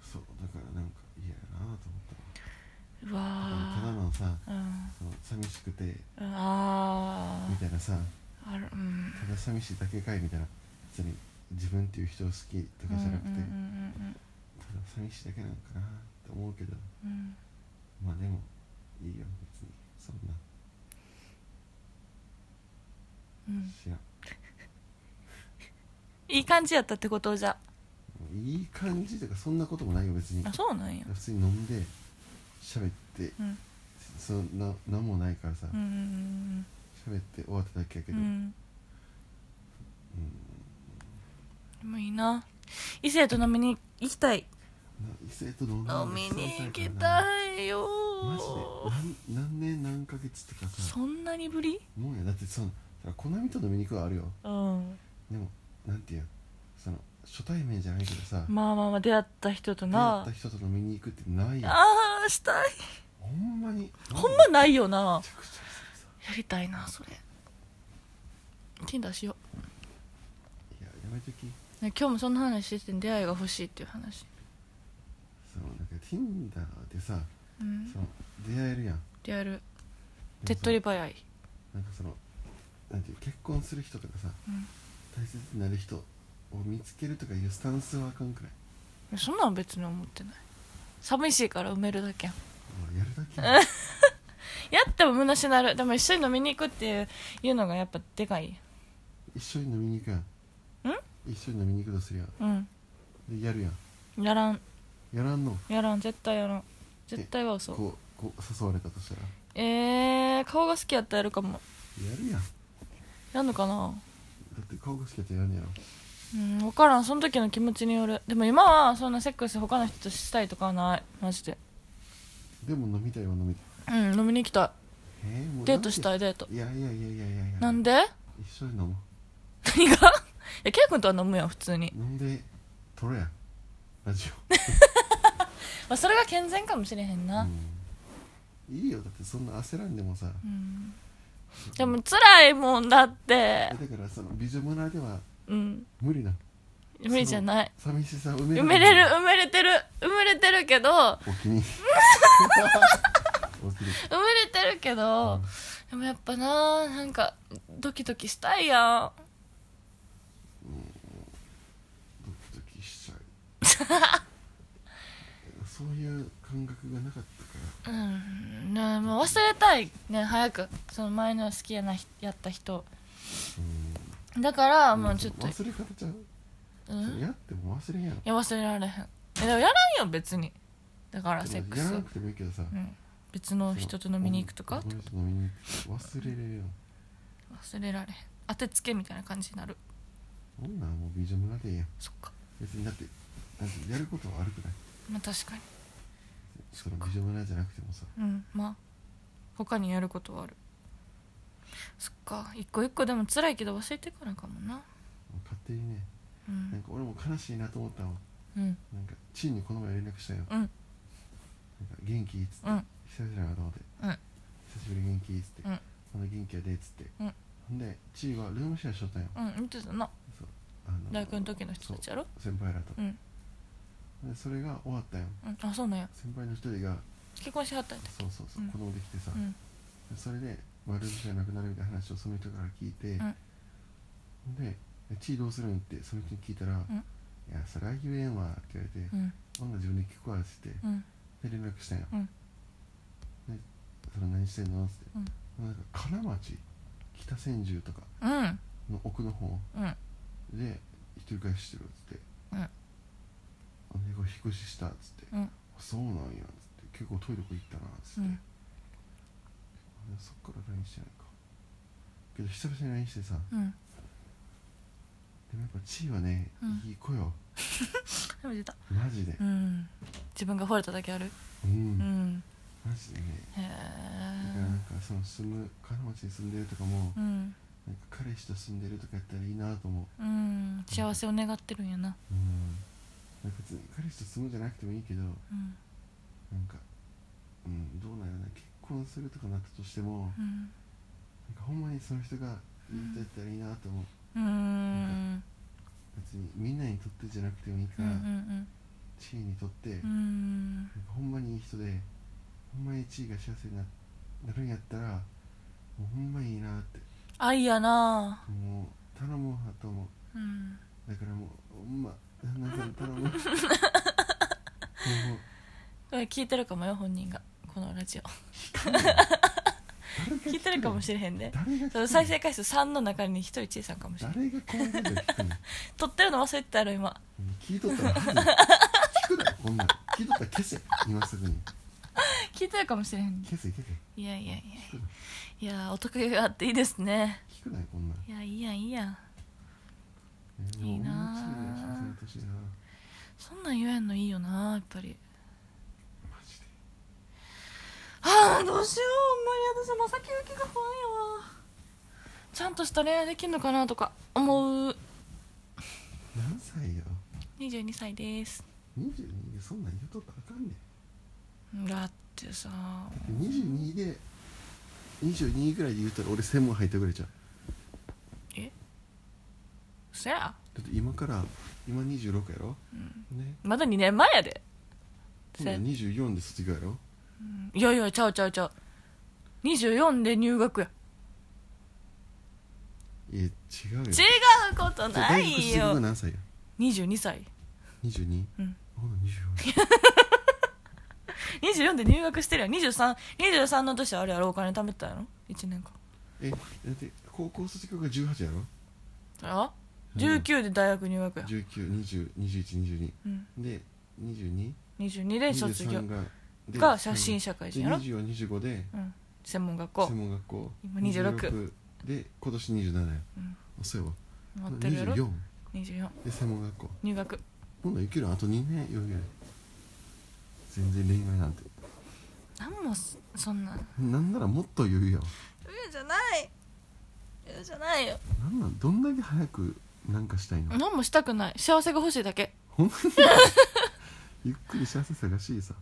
Speaker 1: そうだからなんか嫌やなと思った
Speaker 2: うわ
Speaker 1: だからただ
Speaker 2: あ
Speaker 1: のさ
Speaker 2: うん
Speaker 1: その寂しくて
Speaker 2: うんあ
Speaker 1: みたいなさ
Speaker 2: ーあるうん
Speaker 1: ただ寂しいだけかいみたいな別に自分っていう人を好きとかじゃなくて、
Speaker 2: うんうんうん
Speaker 1: ただ寂しいだけなんかなって思うけど
Speaker 2: うんうん
Speaker 1: まあでもいいよ別にそんな
Speaker 2: うん
Speaker 1: 知らん
Speaker 2: いい感じやったってことじゃ
Speaker 1: もういい感じとかそんなこともないよ別に
Speaker 2: あそうなんや
Speaker 1: 普通に飲んで喋って
Speaker 2: うん
Speaker 1: そんな何もないからさ
Speaker 2: うんうん
Speaker 1: 喋、って終わっただけやけ
Speaker 2: うんう
Speaker 1: ど、
Speaker 2: んでもいいな異性と飲みに行きたい
Speaker 1: な異性と飲んで
Speaker 2: 飲みに行き
Speaker 1: い
Speaker 2: たいよ
Speaker 1: マジでなん何年何ヶ月とかさ
Speaker 2: そんなにぶり
Speaker 1: もうやだってそのだからコナミと飲みに行くはあるよ
Speaker 2: うん
Speaker 1: でもなんていうのその初対面じゃないけどさ
Speaker 2: まあまあまあ出会った人と
Speaker 1: 出会
Speaker 2: な
Speaker 1: った人と飲みに行くってないよ
Speaker 2: ああしたい
Speaker 1: ほんまに
Speaker 2: ほんまないよな
Speaker 1: めちゃくちゃ久々
Speaker 2: やりたいなそれ Tinder しよ
Speaker 1: いややめとき
Speaker 2: うね今日もそんな話してて出会いが欲しいっていう話
Speaker 1: そのなんか Tinder でさ
Speaker 2: うん
Speaker 1: その出会えるやんでも
Speaker 2: リアル
Speaker 1: さ
Speaker 2: 手っ取り早い
Speaker 1: なんかそのなんていう結婚する人とかさ
Speaker 2: うん
Speaker 1: 大切になる人を見つけるとかいうスタンスはあかんくらい
Speaker 2: いやそんなん別に思ってない寂しいから埋めるだけやん
Speaker 1: あやるだけや
Speaker 2: やっても虚しなるでも一緒に飲みに行くっていういうのがやっぱでかい
Speaker 1: 一緒に飲みに行くやん一緒に飲みに行くとすりゃ
Speaker 2: うん
Speaker 1: でやるやん
Speaker 2: やらん
Speaker 1: やらんの
Speaker 2: やらん絶対やらん絶対は嘘
Speaker 1: こうこう誘われたとしたら
Speaker 2: えー、顔が好きやったらやるかも
Speaker 1: やるやんだ
Speaker 2: やんのかな
Speaker 1: って顔が好きやったらやるんやろ
Speaker 2: うん分からんその時の気持ちによるでも今はそんなセックス他の人としたいとかはないマジで
Speaker 1: でも飲みたいは飲みたい
Speaker 2: うん飲みに行きた
Speaker 1: えーも
Speaker 2: いうデートした
Speaker 1: い
Speaker 2: いデート
Speaker 1: いやいやいやいやいやいや
Speaker 2: なんで
Speaker 1: 一緒に飲も
Speaker 2: 何がいやケイ君とは飲むやん普通に
Speaker 1: う、飲んで撮ろうやラジ
Speaker 2: まあ、それが健全かもしれへん
Speaker 1: オ
Speaker 2: な
Speaker 1: うんいいよだってそんな焦らんでもさ
Speaker 2: うんでも辛いもんだって
Speaker 1: えだからその美女村では
Speaker 2: うん
Speaker 1: 無理な
Speaker 2: 無理じゃない
Speaker 1: 寂しさを埋め
Speaker 2: 埋めれる
Speaker 1: る
Speaker 2: 埋めれてる埋めれてるけど
Speaker 1: お
Speaker 2: 埋
Speaker 1: 気にお気に
Speaker 2: めれてるけど、
Speaker 1: うん
Speaker 2: でもやっぱななんかドキドキしたいやん
Speaker 1: ドキドキしちゃ
Speaker 2: [LAUGHS]
Speaker 1: うそういう感覚がなかったから
Speaker 2: うんねもう忘れたいね早くその前の好きやなひやった人
Speaker 1: うん
Speaker 2: だからもうちょっと、
Speaker 1: 忘れ方ちゃう、
Speaker 2: うん、い
Speaker 1: やっても忘れんやろ
Speaker 2: や忘れられへんえでもやらんよ別にだからセ
Speaker 1: で
Speaker 2: ッ
Speaker 1: も
Speaker 2: ク
Speaker 1: や
Speaker 2: ス
Speaker 1: ら
Speaker 2: は
Speaker 1: なくてもいいけどさ、
Speaker 2: うん別の人と飲みに行くとか
Speaker 1: その飲みに行く忘れれるよ
Speaker 2: 忘れられへん当てつけみたいな感じになる
Speaker 1: そんなんもう美女村でええやん
Speaker 2: そっか
Speaker 1: 別にだってなんてやることはあるくない
Speaker 2: まあ確かに
Speaker 1: その美女村じゃなくてもさ
Speaker 2: うんまあ他にやることはあるそっか一個一個でも辛いけど忘れてくるかもな
Speaker 1: 勝手にね
Speaker 2: う
Speaker 1: なん
Speaker 2: ん
Speaker 1: か俺も悲しいなと思ったの
Speaker 2: うん
Speaker 1: なんかチーにこの前連絡したよ
Speaker 2: うん
Speaker 1: なんか元気っつって、
Speaker 2: うん
Speaker 1: 久々だなと思って、
Speaker 2: うん
Speaker 1: 久しぶり元気っつって、
Speaker 2: うん
Speaker 1: まだ元気やでっつって、
Speaker 2: うん
Speaker 1: ほんでチーはルームシェアしとったんよ
Speaker 2: うん言ってたな
Speaker 1: そうあの
Speaker 2: 大学の時の人たちやろ
Speaker 1: そう先輩らと
Speaker 2: う、ん
Speaker 1: でそれが終わったよ
Speaker 2: うんあそうなんや
Speaker 1: 先輩の一人が
Speaker 2: 結婚しはったんや
Speaker 1: そうそうそう、
Speaker 2: うん
Speaker 1: 子供できてさ、
Speaker 2: うん
Speaker 1: それで、まあ、ルームシェアなくなるみたいな話をその人から聞いて、ほんで「チーどうするん?」ってその人に聞いたら「
Speaker 2: ん
Speaker 1: いやそれは言えんわ」って言われて
Speaker 2: う
Speaker 1: 「
Speaker 2: ん
Speaker 1: ほんなら自分で聞くわ」っつって、
Speaker 2: うん
Speaker 1: で連絡したんよ、
Speaker 2: うん
Speaker 1: でそれ何してんの?」っつって、
Speaker 2: うん
Speaker 1: なんか金町北千住とか
Speaker 2: うん
Speaker 1: の奥の方
Speaker 2: うん
Speaker 1: で一人暮らししてるっつって
Speaker 2: うん
Speaker 1: 「うん、でこれ引っ越しした」っつって「
Speaker 2: うん
Speaker 1: そうなんや」っつって「結構遠いとこ行ったな」っつって、
Speaker 2: うん
Speaker 1: そっから LINE してないかけど久々に LINE してさ
Speaker 2: うん
Speaker 1: でもやっぱ地位はね、
Speaker 2: うん
Speaker 1: いい子よ
Speaker 2: でも出た
Speaker 1: マジで
Speaker 2: うん自分が惚れただけある
Speaker 1: うん、
Speaker 2: うん
Speaker 1: マジでね
Speaker 2: へ
Speaker 1: だからなんかその住む金町に住んでるとかも、
Speaker 2: えうん
Speaker 1: なんか彼氏と住んでるとかやったらいいなと思う
Speaker 2: うん幸せを願ってるんやな
Speaker 1: うんなんか別に彼氏と住むじゃなくてもいいけどなん
Speaker 2: うん
Speaker 1: かうんどうなんやろな結婚するとかなったとしても
Speaker 2: うん
Speaker 1: なんかほんまにその人がいい人やったらいいなと思う
Speaker 2: うん
Speaker 1: 別にみんなにとってじゃなくてもいい
Speaker 2: うんう
Speaker 1: から、
Speaker 2: ん
Speaker 1: 地位にとって、
Speaker 2: う
Speaker 1: なんか
Speaker 2: ん
Speaker 1: ほんまにいい人でほんまに地位が幸せにななるんやったらもうほんまいいなって
Speaker 2: 愛やな
Speaker 1: もう頼もうはと思う
Speaker 2: うん
Speaker 1: だからもうほんまなんか頼
Speaker 2: [LAUGHS]
Speaker 1: もうもう
Speaker 2: これ聞いてるかもよ本人がこのラジオ
Speaker 1: 誰が
Speaker 2: 聞いてるかもし
Speaker 1: れ
Speaker 2: れへんで
Speaker 1: 誰が聞く
Speaker 2: そ
Speaker 1: の
Speaker 2: の再生回数3の中に1人小さんかもしれない
Speaker 1: 誰がこんなこと聞くの
Speaker 2: 撮ってるの忘れてたやろ今
Speaker 1: 聞いとったら恥ずい聞くなよこんなん聞いとったら消せ今すぐに
Speaker 2: 聞いてるかもしれへん
Speaker 1: 消せ消せ
Speaker 2: いやいやいやいやお得意があっていいですね
Speaker 1: 聞くなよこんなん
Speaker 2: いやいいやんいいやん
Speaker 1: えーもう
Speaker 2: いいなあ
Speaker 1: ほんま地位が幸せになってほしいな
Speaker 2: そんなん言えんのいいよなやっぱり
Speaker 1: マジで
Speaker 2: ああどうしようほんまに私まさきゆきが不安やわちゃんとした恋愛できんのかなとか思う
Speaker 1: 何歳よ
Speaker 2: 22歳です
Speaker 1: 22でそんなん言うとったらあかんねん
Speaker 2: だってさ
Speaker 1: 22で22ぐらいで言ったら俺専門入ったぐらいじゃん
Speaker 2: えそや
Speaker 1: だって今から今26やろ、ね
Speaker 2: まだ2年前やで
Speaker 1: 今度は24で卒業やろ
Speaker 2: いやいやちゃうちゃうちゃう24で入学や
Speaker 1: いや違うよ
Speaker 2: 違うこと
Speaker 1: じゃあ
Speaker 2: な
Speaker 1: 大学
Speaker 2: い
Speaker 1: 卒業が
Speaker 2: よ
Speaker 1: 何歳よ
Speaker 2: 22歳
Speaker 1: 22?
Speaker 2: うん
Speaker 1: ほな24
Speaker 2: 24で入学してるやん 23, 23の年あれやろお金貯めてたやろ1年間
Speaker 1: えだって高校卒業が18やろ
Speaker 2: それは
Speaker 1: うん
Speaker 2: 19で大学入学や、
Speaker 1: 19202122
Speaker 2: うん、
Speaker 1: で22
Speaker 2: 22で卒業
Speaker 1: 23がで
Speaker 2: が写真社会人やろ、
Speaker 1: で2425で
Speaker 2: うん、専門学校
Speaker 1: 専門学校
Speaker 2: 今26
Speaker 1: 26で今年27や、
Speaker 2: うん
Speaker 1: あそうやわ
Speaker 2: 持ってるやろ
Speaker 1: 24
Speaker 2: 24
Speaker 1: で専門学校
Speaker 2: 入学
Speaker 1: 今度行けるあと2年余裕やで全然恋愛なんて
Speaker 2: なんもそそんな
Speaker 1: なんならもっと余裕やわ
Speaker 2: 冬じゃない冬じゃないよ
Speaker 1: なんなんどんだけ早くなんかしたいの
Speaker 2: 何もしたくない幸せが欲しいだけ
Speaker 1: ほんまに [LAUGHS] ゆっくり幸せ探しいさ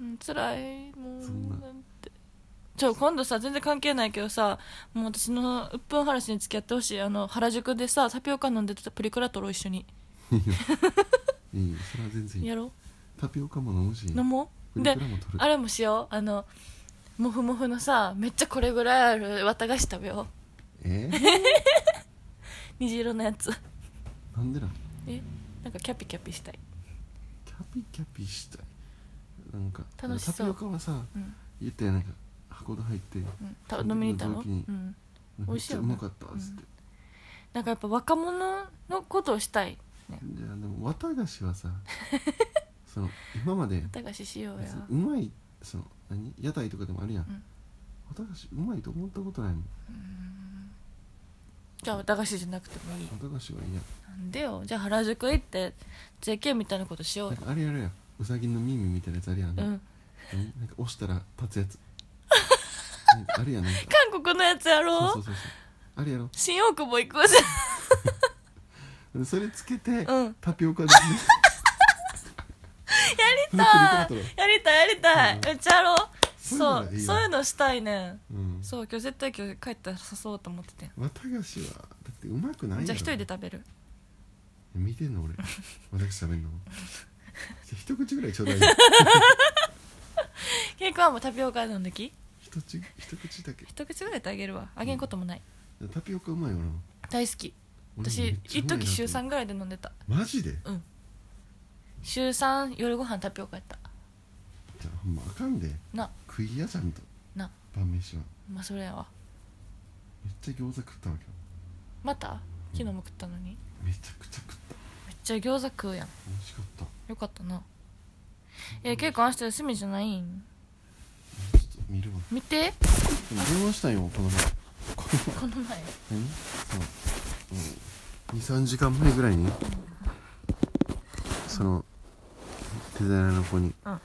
Speaker 2: うん辛いもう
Speaker 1: そんな
Speaker 2: なんてちょ今度さ全然関係ないけどさもう私のうっぷん話に付き合ってほしいあの原宿でさタピオカ飲んでたプリクラ撮ろう一緒に
Speaker 1: いいよいいよそれは全然いい
Speaker 2: やろ
Speaker 1: タピオカも飲むし
Speaker 2: う飲も
Speaker 1: プ
Speaker 2: う
Speaker 1: リク
Speaker 2: で
Speaker 1: ラも撮る
Speaker 2: あれもしようあのモフモフのさめっちゃこれぐらいある綿菓子食べよ
Speaker 1: えー、
Speaker 2: う虹色のやつ
Speaker 1: なんでなん
Speaker 2: えなんかキャピキャピしたい
Speaker 1: キャピキャピしたいなんか
Speaker 2: 楽しそう
Speaker 1: タピオカはさ
Speaker 2: うん、
Speaker 1: 言ったやんなんか箱で入って
Speaker 2: うんた、飲みに行ったの、
Speaker 1: 同
Speaker 2: う
Speaker 1: 期に
Speaker 2: ん、美
Speaker 1: めっ
Speaker 2: 味しい
Speaker 1: ちゃ
Speaker 2: よ
Speaker 1: う
Speaker 2: ね
Speaker 1: まかったっつって、
Speaker 2: なんかやっぱ若者のことをしたい
Speaker 1: じゃあでも綿菓子は
Speaker 2: [LAUGHS]
Speaker 1: さその今まで
Speaker 2: 綿菓子しようや
Speaker 1: 別にうまいその何屋台とかでもあるやん、
Speaker 2: うん
Speaker 1: 綿菓子うまいと思ったことないもん
Speaker 2: じゃあ綿菓子じゃなくてもいい
Speaker 1: 綿菓子はいいや
Speaker 2: なんでよじゃあ原宿行って JK みたいなことしよう
Speaker 1: なん
Speaker 2: よ
Speaker 1: かあれやるやんうさぎの耳みたいなやつあるやん、
Speaker 2: うん [LAUGHS]
Speaker 1: なんか押したら立つやつなんかあれやなんか
Speaker 2: 韓国のやつやろ
Speaker 1: そうそうそうそうあれやろ
Speaker 2: 新大久保行こうじ
Speaker 1: でそれつけて、
Speaker 2: ゃんうん
Speaker 1: タピオカです
Speaker 2: [LAUGHS]
Speaker 1: ねフルーツリコ
Speaker 2: やりた
Speaker 1: ー
Speaker 2: いやりたいやりたい、
Speaker 1: うん
Speaker 2: めっちゃやろう
Speaker 1: そう
Speaker 2: そ
Speaker 1: いうのがいい
Speaker 2: う
Speaker 1: よ
Speaker 2: そういうのしたいねん
Speaker 1: うん
Speaker 2: そう今日絶対今日帰ったら誘おうと思ってて
Speaker 1: 綿菓子はだってうまくないやろ
Speaker 2: じゃあ一人で食べる
Speaker 1: 見てん
Speaker 2: [LAUGHS]
Speaker 1: の俺私喋んのじゃあ一口ぐらいちょうだい
Speaker 2: [LAUGHS]
Speaker 1: よ
Speaker 2: ケイ君はもうタピオカ飲んでき
Speaker 1: 一口一口だけ
Speaker 2: 一口ぐらいであげるわあげんこともない、
Speaker 1: タピオカうまいよな
Speaker 2: 大好き
Speaker 1: 俺
Speaker 2: 私
Speaker 1: めっちゃ
Speaker 2: 一
Speaker 1: うまいな
Speaker 2: 時週
Speaker 1: と思
Speaker 2: 3ぐらいで飲んでた
Speaker 1: うマジで
Speaker 2: うん週3夜ご飯タピオカやった
Speaker 1: じゃあほんまあかんで
Speaker 2: な
Speaker 1: 食いやちゃんと
Speaker 2: な
Speaker 1: 晩飯は
Speaker 2: まあそれやわ
Speaker 1: めっちゃ餃子食ったわけよ
Speaker 2: また昨日も食ったのに
Speaker 1: めちゃくちゃ食った
Speaker 2: めっちゃ餃子食うやん
Speaker 1: 美味しかった
Speaker 2: よかったなえ結構明日休みじゃないん
Speaker 1: ちょっと見るわ
Speaker 2: 見て
Speaker 1: でも電話したんよこの前この前
Speaker 2: この前
Speaker 1: 何そう、うん、23時間前ぐらいにそのデザイナーの子に、
Speaker 2: うん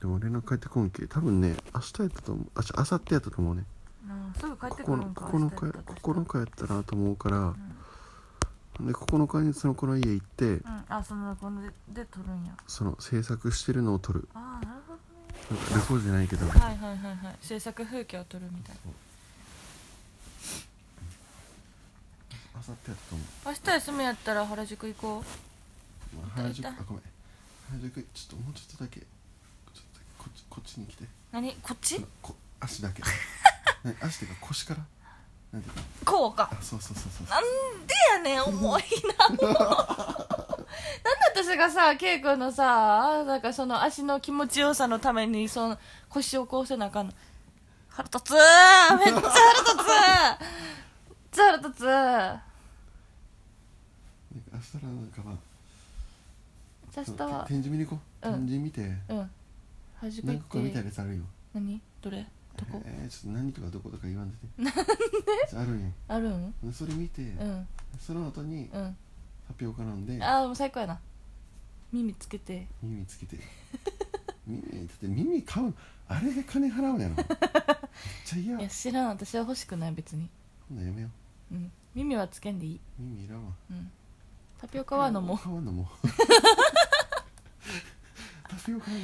Speaker 1: でも連絡返ってこんけ多分ね明日やったと思うあ明後日やったと思うね
Speaker 2: うんすぐ帰ってくる
Speaker 1: 9
Speaker 2: ん
Speaker 1: 日
Speaker 2: か
Speaker 1: 9日や9日やったなと思うから、で9日にその子の家行って
Speaker 2: うんあそのこのでで撮るんや
Speaker 1: その制作してるのを撮る
Speaker 2: ああなるほど
Speaker 1: なんかレコードじゃないけど、
Speaker 2: はいはいはいはい制作風景を撮るみたい
Speaker 1: 明後日やったと思
Speaker 2: な明日休みやったら原宿行こ
Speaker 1: う、まあ、原宿
Speaker 2: 痛
Speaker 1: あ
Speaker 2: い痛い
Speaker 1: ごめん原宿ちょっともうちょっとだけちょっとだけこっちこっちに来て
Speaker 2: う何こっち
Speaker 1: こ足
Speaker 2: [LAUGHS]
Speaker 1: だけね足っていうか腰からなんていうか
Speaker 2: こうか
Speaker 1: あそうそうそうそう
Speaker 2: なんでやねん重いなもうなんで私がさ圭君のさなんかその足の気持ちよさのためにその腰をこうせなあかんの腹立つめっちゃ腹立つめっちゃ腹
Speaker 1: なんか明日らなんかまあ
Speaker 2: 立つ明日は
Speaker 1: て展示見に行こう、
Speaker 2: うん
Speaker 1: 展示見て
Speaker 2: うん原宿
Speaker 1: 何
Speaker 2: 行
Speaker 1: 個か見た
Speaker 2: っ
Speaker 1: い
Speaker 2: て
Speaker 1: やつあるよ
Speaker 2: 何どれどこ
Speaker 1: えー、ちょっと何とかどことか言わんでてあるん
Speaker 2: [LAUGHS]
Speaker 1: よ
Speaker 2: あるん
Speaker 1: それ見て、
Speaker 2: うん
Speaker 1: その後に
Speaker 2: うん
Speaker 1: タピオカ飲んで
Speaker 2: ああもう最高やな耳つけて
Speaker 1: 耳つけて耳だって耳買うあれで金払うや
Speaker 2: [LAUGHS]
Speaker 1: ろめっちゃ嫌
Speaker 2: い
Speaker 1: こ
Speaker 2: や知らん私は欲しくない別に
Speaker 1: んなんやめよう
Speaker 2: うん耳はつけんでいい
Speaker 1: 耳いらんわ
Speaker 2: うんタピオカは飲もう
Speaker 1: タピオカは飲
Speaker 2: [LAUGHS]
Speaker 1: もうタピオカは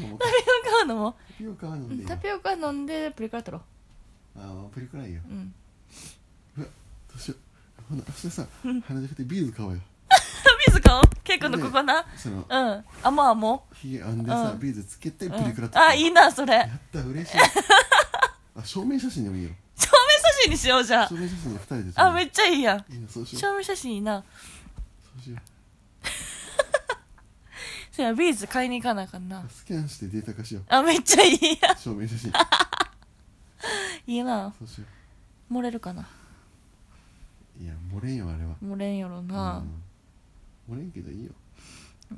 Speaker 1: 飲もう
Speaker 2: タピオカは飲も
Speaker 1: タピオカは飲
Speaker 2: う、うん
Speaker 1: でいい
Speaker 2: タピオカ飲んでプリクラ撮ろう
Speaker 1: ああプリクラいいよ
Speaker 2: うん
Speaker 1: どうしようほな明日さ原宿でビーズ買おうよ
Speaker 2: 水買おうケイ君のここな
Speaker 1: その
Speaker 2: うんあもうあも
Speaker 1: ひげ編んでさ、
Speaker 2: うん
Speaker 1: ビーズつけて
Speaker 2: う、
Speaker 1: プ
Speaker 2: うん
Speaker 1: リクラ撮って、
Speaker 2: あいいなそれ
Speaker 1: やった
Speaker 2: [LAUGHS]
Speaker 1: 嬉しいあ証明写真でもいいよ
Speaker 2: 証明写真にしようじゃ
Speaker 1: 証明写真で二人で
Speaker 2: ああめ
Speaker 1: っ
Speaker 2: っちゃいいやん
Speaker 1: いいなそうしよう
Speaker 2: 証明写真いいな
Speaker 1: そうしよう
Speaker 2: そやビーズ買いに行かなあかんな
Speaker 1: スキャンしてデータ化しよ
Speaker 2: あめっちゃいいや
Speaker 1: う証明写
Speaker 2: [LAUGHS]
Speaker 1: 真
Speaker 2: いいな
Speaker 1: そうしよ
Speaker 2: 漏れるかな
Speaker 1: ういや漏れんよあれは
Speaker 2: 漏れんやろな、
Speaker 1: うん、漏れんけどいいよ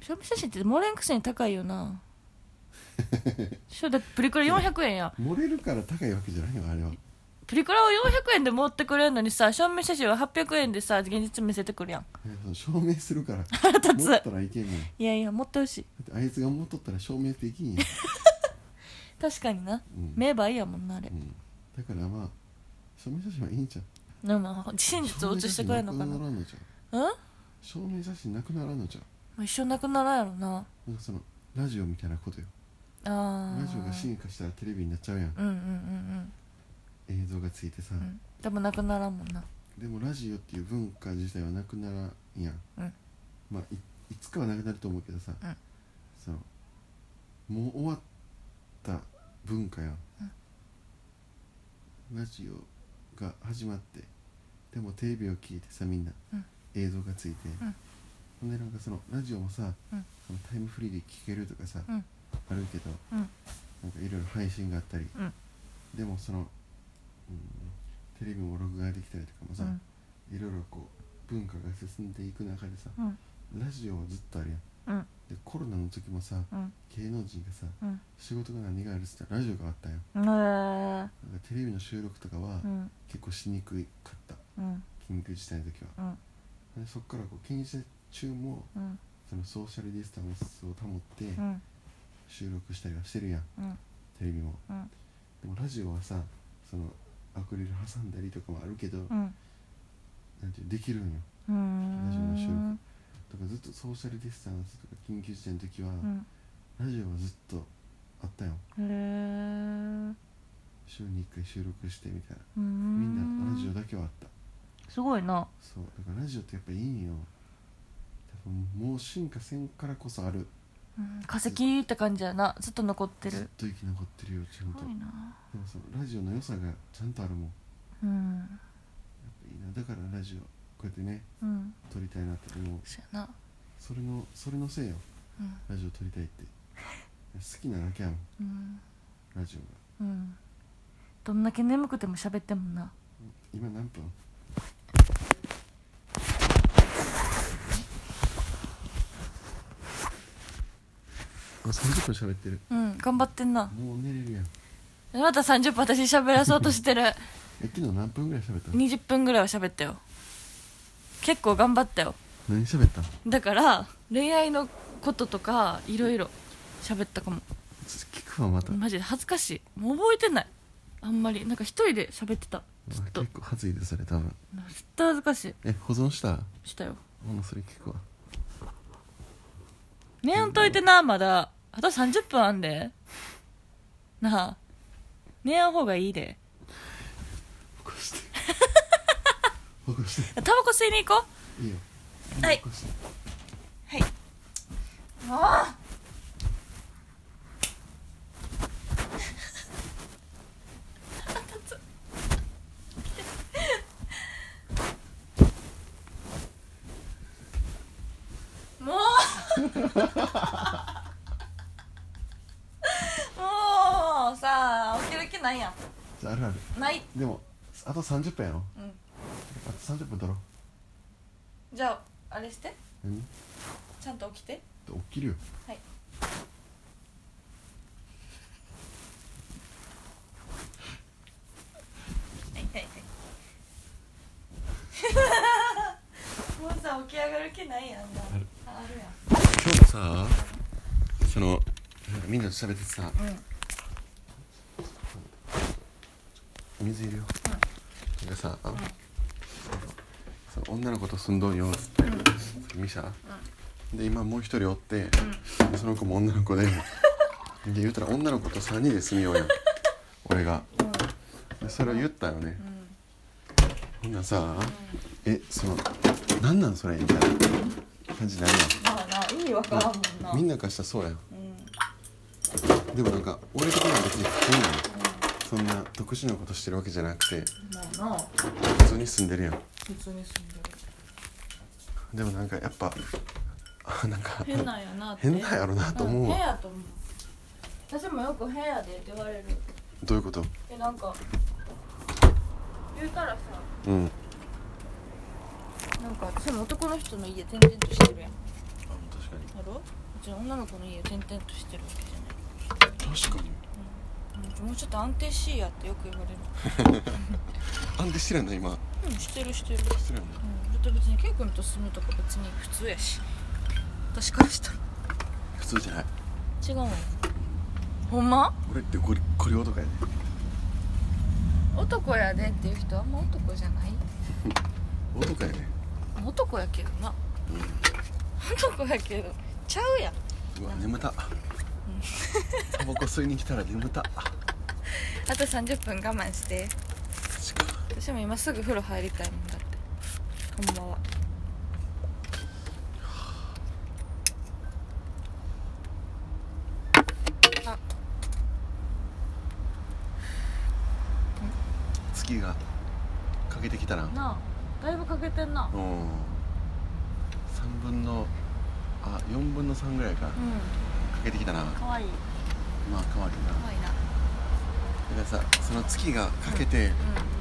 Speaker 2: 証明写真って漏れんくせに高いよな
Speaker 1: [LAUGHS]
Speaker 2: しょだってプリクラ400円や
Speaker 1: 漏れるから高いわけじゃないよあれは
Speaker 2: プリクラを400円で持ってくれるのにさ証明写真は800円でさ現実見せてくるやん
Speaker 1: いやその証明するから
Speaker 2: 腹立つ
Speaker 1: 持ったらいけんねんだ
Speaker 2: いやいや持ってほしい
Speaker 1: ってあいつが持っとったら証明できんや
Speaker 2: [LAUGHS]
Speaker 1: ん、
Speaker 2: 確かにな
Speaker 1: うん
Speaker 2: 名馬いいやもんなあれ
Speaker 1: うん、だからまあ証明写真はいいんじゃん
Speaker 2: でも真実を映してくれるのかな
Speaker 1: 証明写真く
Speaker 2: うん
Speaker 1: ならんのじゃん証明写真なくならんのじゃん
Speaker 2: 一生なくならんやろな
Speaker 1: なんかそのラジオみたいなことよ
Speaker 2: あ
Speaker 1: ラジオが
Speaker 2: ー
Speaker 1: 進化したらテレビになっちゃうやん
Speaker 2: うんうんうん
Speaker 1: 映像がついてさ、
Speaker 2: うんうん多分なくならんもんな
Speaker 1: でもラジオっていう文化自体はなくならんやん、
Speaker 2: うん
Speaker 1: まあいいつかはなくなると思うけどさ、
Speaker 2: うん
Speaker 1: そのもう終わった文化やん、ラジオが始まってでもテレビを聞いてさみんな、
Speaker 2: うん
Speaker 1: 映像がついて、
Speaker 2: ん
Speaker 1: ほんでなんかそのラジオもさ、
Speaker 2: うん
Speaker 1: そのタイムフリーで聴けるとかさ、
Speaker 2: うん
Speaker 1: あるけど、
Speaker 2: うん
Speaker 1: なんかいろいろ配信があったり、
Speaker 2: うん
Speaker 1: でもその、うん、テレビも録画できたりとかも
Speaker 2: う
Speaker 1: さ、
Speaker 2: ん
Speaker 1: いろいろこう文化が進んでいく中でさ
Speaker 2: うん
Speaker 1: ラジオはずっとあるやん、
Speaker 2: うん
Speaker 1: でコロナの時もさ
Speaker 2: うん
Speaker 1: 芸能人がさ
Speaker 2: うん
Speaker 1: 仕事が何があるっつったらラジオがあったやん
Speaker 2: う
Speaker 1: だ
Speaker 2: んうん
Speaker 1: からテレビの収録とかは
Speaker 2: うん
Speaker 1: 結構しにくかった
Speaker 2: うん
Speaker 1: 緊急事態の時は
Speaker 2: うん
Speaker 1: でそっからこう緊急事態中も
Speaker 2: うん
Speaker 1: そのソーシャルディスタンスを保って
Speaker 2: うん
Speaker 1: 収録したりはしてるやん
Speaker 2: うん
Speaker 1: テレビも
Speaker 2: うん
Speaker 1: でもラジオはさそそのアクリル挟んだりとかもあるけど、
Speaker 2: うん
Speaker 1: なんていうできるんよ
Speaker 2: うー
Speaker 1: ラジオの収録
Speaker 2: ん
Speaker 1: だからずっとソーシャルディスタンスとか緊急事態の時は、
Speaker 2: うん
Speaker 1: ラジオはずっとあったよ
Speaker 2: へー
Speaker 1: 週に1回収録してみたいな
Speaker 2: うーん
Speaker 1: みんなラジオだけはあった
Speaker 2: すごいな
Speaker 1: そうだからラジオってやっぱいいんよ多分もう進化せんからこそある
Speaker 2: うん化石って感じやなずっと残ってる
Speaker 1: ずっ
Speaker 2: す
Speaker 1: と生き残ってるよちゃんと
Speaker 2: ごいな
Speaker 1: でもそのラジオの良さがちゃんとあるもんや
Speaker 2: うん
Speaker 1: っぱいいなだからラジオこうやってね
Speaker 2: うん
Speaker 1: 撮りたいなって思う
Speaker 2: そうやな
Speaker 1: それのそれのせいよ
Speaker 2: うん
Speaker 1: ラジオ撮りたいって好きなだけやもん
Speaker 2: うん
Speaker 1: ラジオが
Speaker 2: うんどんだけ眠くても喋ってもな
Speaker 1: 今何分あ30分喋ってる
Speaker 2: うん頑張ってんな
Speaker 1: もう寝れるやん
Speaker 2: また30分私喋らそうとしてる
Speaker 1: え昨日何分ぐらい喋ったの
Speaker 2: 20分ぐらいは喋ったよ結構頑張ったよ
Speaker 1: 何喋ったの
Speaker 2: だから恋愛のこととかいろいろ喋ったかも
Speaker 1: ちょっと聞くわまた、
Speaker 2: マジで恥ずかしいもう覚えてないあんまりなんか一人で喋ってたずっ
Speaker 1: あ
Speaker 2: と
Speaker 1: 結構はずいでそれ多分
Speaker 2: ずっと恥ずかしい
Speaker 1: え保存した
Speaker 2: したよ
Speaker 1: ほなそれ聞くわ
Speaker 2: 寝やんといてなまだあと30分あんでなあ寝やん方がいいで
Speaker 1: 起こして
Speaker 2: [LAUGHS]
Speaker 1: 起こして
Speaker 2: タバコ吸いに行こ
Speaker 1: いいよ
Speaker 2: はい
Speaker 1: 起こして
Speaker 2: うはいああもうもうさあ起きる気ないや
Speaker 1: じゃああるある
Speaker 2: んない
Speaker 1: でもあと30分やろ
Speaker 2: うん
Speaker 1: あと30分だろ
Speaker 2: じゃああれして
Speaker 1: 何って
Speaker 2: ちゃんと起きて
Speaker 1: 起きるよ
Speaker 2: はいはいはいはいもうさ起き上がる気ないやんな
Speaker 1: ある
Speaker 2: ああるやん
Speaker 1: 今日さそのみんなと喋ってさ
Speaker 2: うん
Speaker 1: 水いるよ、なんかさ、その女の子と住んどんよっつって、ミシャ、で今もう一人おって、その子も女の子でで言うたら女の子と3人で住みようやん俺が、でそれを言ったよね、ほんならさ、えそのなんなんそれみたいな感じになるやん
Speaker 2: まあな意味わからんもんな
Speaker 1: みんなからしたらそうやん、でもなんか俺的には別に普通なの、そんな特殊なことしてるわけじゃなくて
Speaker 2: まあな
Speaker 1: 普通に住んでるやん
Speaker 2: 普通に住んでる
Speaker 1: でもなんかやっぱあなんか
Speaker 2: 変なんやなって
Speaker 1: 変なんやろなと思う
Speaker 2: うん変
Speaker 1: わ、
Speaker 2: やと思う私もよく変やでって言われる
Speaker 1: どういうこと
Speaker 2: でなんか言うたらさ
Speaker 1: うん
Speaker 2: なんか私も男の人の家転々としてるやんや
Speaker 1: 確か
Speaker 2: ろうちの女の子の家転々としてるわけじゃ
Speaker 1: に確かに
Speaker 2: ないうんもうちょっと安定しいやってよく言われる
Speaker 1: 安定してるやんな今
Speaker 2: うんしてるしてる
Speaker 1: してるやんな
Speaker 2: うんだって別にケイ君と住むとか別に普通やし私からしたら
Speaker 1: 普通じゃない
Speaker 2: 違うもんほんま
Speaker 1: 俺ってゴリゴリ男やね
Speaker 2: 男やでっていう人あんま男じゃない
Speaker 1: 男やね
Speaker 2: 男やけどな男やけどちゃうやん
Speaker 1: うんうわ眠た、タバコ吸いに来たら眠た
Speaker 2: あと30分我慢して
Speaker 1: しか
Speaker 2: 私も今すぐ風呂入りたいもんだってほんまはあ
Speaker 1: 月がかけてきたな
Speaker 2: なあだいぶかけてんな
Speaker 1: うん3分のあ4分の3ぐらいかか
Speaker 2: うん
Speaker 1: けてきたなま
Speaker 2: かわいい
Speaker 1: あ変わる
Speaker 2: か
Speaker 1: な
Speaker 2: わいいな
Speaker 1: だからさその月がかけて、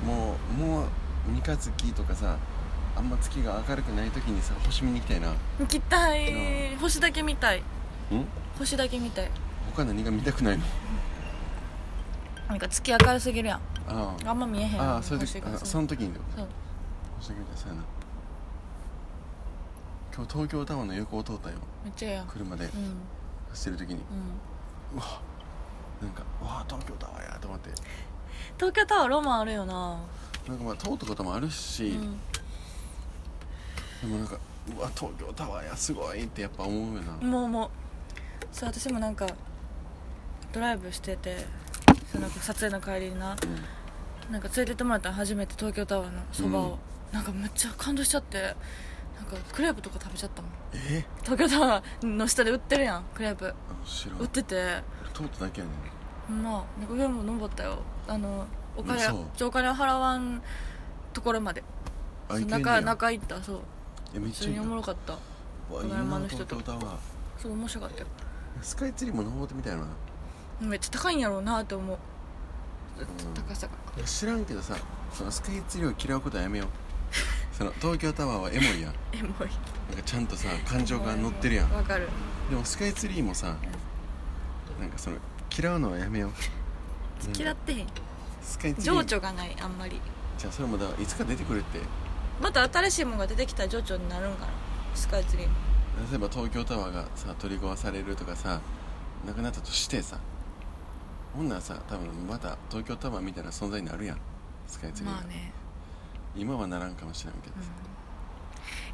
Speaker 2: う
Speaker 1: もうもう三日月とかさあんま月が明るくない時にさ星見に行きたいなん
Speaker 2: 行きたい星だけ見たい
Speaker 1: うん
Speaker 2: 星だけ見たい
Speaker 1: 他何が見たくないの
Speaker 2: なんか月明るすぎるやん
Speaker 1: ああ
Speaker 2: あんま見えへん
Speaker 1: ああそういう
Speaker 2: 星
Speaker 1: 時
Speaker 2: が
Speaker 1: あ
Speaker 2: そう
Speaker 1: その時にってこ
Speaker 2: そう
Speaker 1: と星見たいそうやな今日東京タワーの横を通ったよ
Speaker 2: めっちゃええやん
Speaker 1: 車で
Speaker 2: うん
Speaker 1: 走ってる時に
Speaker 2: うん
Speaker 1: うわなんかうわ東京タワーやと思って
Speaker 2: 東京タワーロマンあるよな
Speaker 1: なんかまあ通ったこともあるし、
Speaker 2: うん
Speaker 1: でもなんかうわ東京タワーやすごいってやっぱ思うよな、
Speaker 2: もうもうそう私もなんかドライブしててその撮影の帰りにななんか連れてってもらったの初めて東京タワーのそばを、なんかめっちゃ感動しちゃってなんかクレープとか食べちゃったもん
Speaker 1: え
Speaker 2: 東京タワーの下で売ってるやんクレープ
Speaker 1: あ知らん
Speaker 2: 売ってて
Speaker 1: 通っただけやねん
Speaker 2: ほんまなんか上も登ったよあのお金
Speaker 1: 嘘
Speaker 2: ちょお金払わんところまで
Speaker 1: あ
Speaker 2: そう
Speaker 1: いけんね
Speaker 2: 中
Speaker 1: や
Speaker 2: 中行ったそう
Speaker 1: いやめっ
Speaker 2: 普
Speaker 1: ち
Speaker 2: 通
Speaker 1: ゃいい
Speaker 2: に
Speaker 1: な
Speaker 2: おも
Speaker 1: う
Speaker 2: ろかった
Speaker 1: わいい
Speaker 2: ドラえもん
Speaker 1: な
Speaker 2: の人
Speaker 1: 東
Speaker 2: と
Speaker 1: 京タワー
Speaker 2: すごい面白かったよ
Speaker 1: スカイツリーも登ってみたいな
Speaker 2: めっちゃ高いんやろうなって思う、
Speaker 1: ん
Speaker 2: 高さが
Speaker 1: いや知らんけどさそのスカイツリーを嫌うことはやめよう [LAUGHS] その東京タワーはエモいやん
Speaker 2: エモい
Speaker 1: なんかちゃんとさ感情が乗ってるやん
Speaker 2: わかる
Speaker 1: でもスカイツリーもさなんかその嫌うのはやめよう
Speaker 2: 嫌
Speaker 1: なん
Speaker 2: っ
Speaker 1: か
Speaker 2: てへん
Speaker 1: スカイツリー
Speaker 2: 情緒がないあんまり
Speaker 1: じゃあそれもだいつか出てくるって例
Speaker 2: また新しいものが出てきたら情緒になるんかなスカイツリーも
Speaker 1: えば東京タワーがさ取り壊されるとかさなくなったとしてさほんならさ多分また東京タワーみたいな存在になるやんスカイツリーが、
Speaker 2: まあね、
Speaker 1: 今はならんかもしれんけど
Speaker 2: うん
Speaker 1: さ、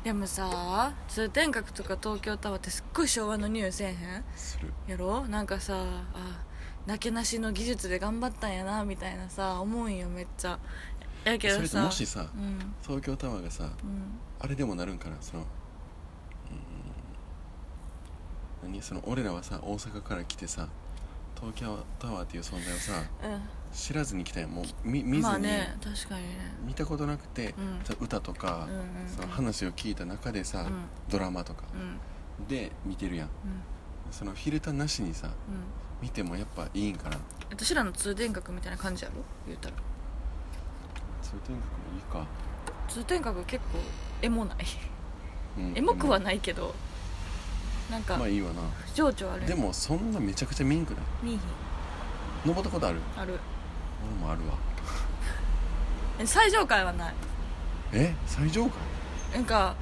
Speaker 2: でもさ通天閣とか東京タワーってすっごい昭和の匂いせえへん
Speaker 1: する
Speaker 2: やろなんかさあなけなしの技術で頑張ったんやなみたいなさ思うんよめっちゃやけ
Speaker 1: そ
Speaker 2: ど
Speaker 1: れと
Speaker 2: さ
Speaker 1: もしさ
Speaker 2: うん
Speaker 1: 東京タワーがさ
Speaker 2: うん
Speaker 1: あれでもなるんかなそのうん何その俺らはさ大阪から来てさ東京タワーっていう存在をさ
Speaker 2: う
Speaker 1: 知らずに来たやんもうみ見ず
Speaker 2: ん
Speaker 1: に、
Speaker 2: まあね確かにね
Speaker 1: 見たことなくて、
Speaker 2: うん
Speaker 1: その歌とか
Speaker 2: うん、うんうん
Speaker 1: その話を聞いた中でさ、
Speaker 2: うん
Speaker 1: ドラマとか
Speaker 2: うん
Speaker 1: で見てるやん
Speaker 2: うん
Speaker 1: そのフィルターなしにさ
Speaker 2: うん
Speaker 1: 見てもやっぱいいんかな
Speaker 2: 私らの通天閣みたいな感じやろ言うたら
Speaker 1: そういうとにかくいいか、
Speaker 2: 通天閣結構エモない
Speaker 1: うん
Speaker 2: エモくはないけどなんか
Speaker 1: まあいいわな
Speaker 2: 情緒ある
Speaker 1: でもそんなめちゃくちゃ見んくない
Speaker 2: 見えひん
Speaker 1: 登ったことある
Speaker 2: ある
Speaker 1: 俺もあるわ
Speaker 2: え最上階はない
Speaker 1: え最上階
Speaker 2: なんか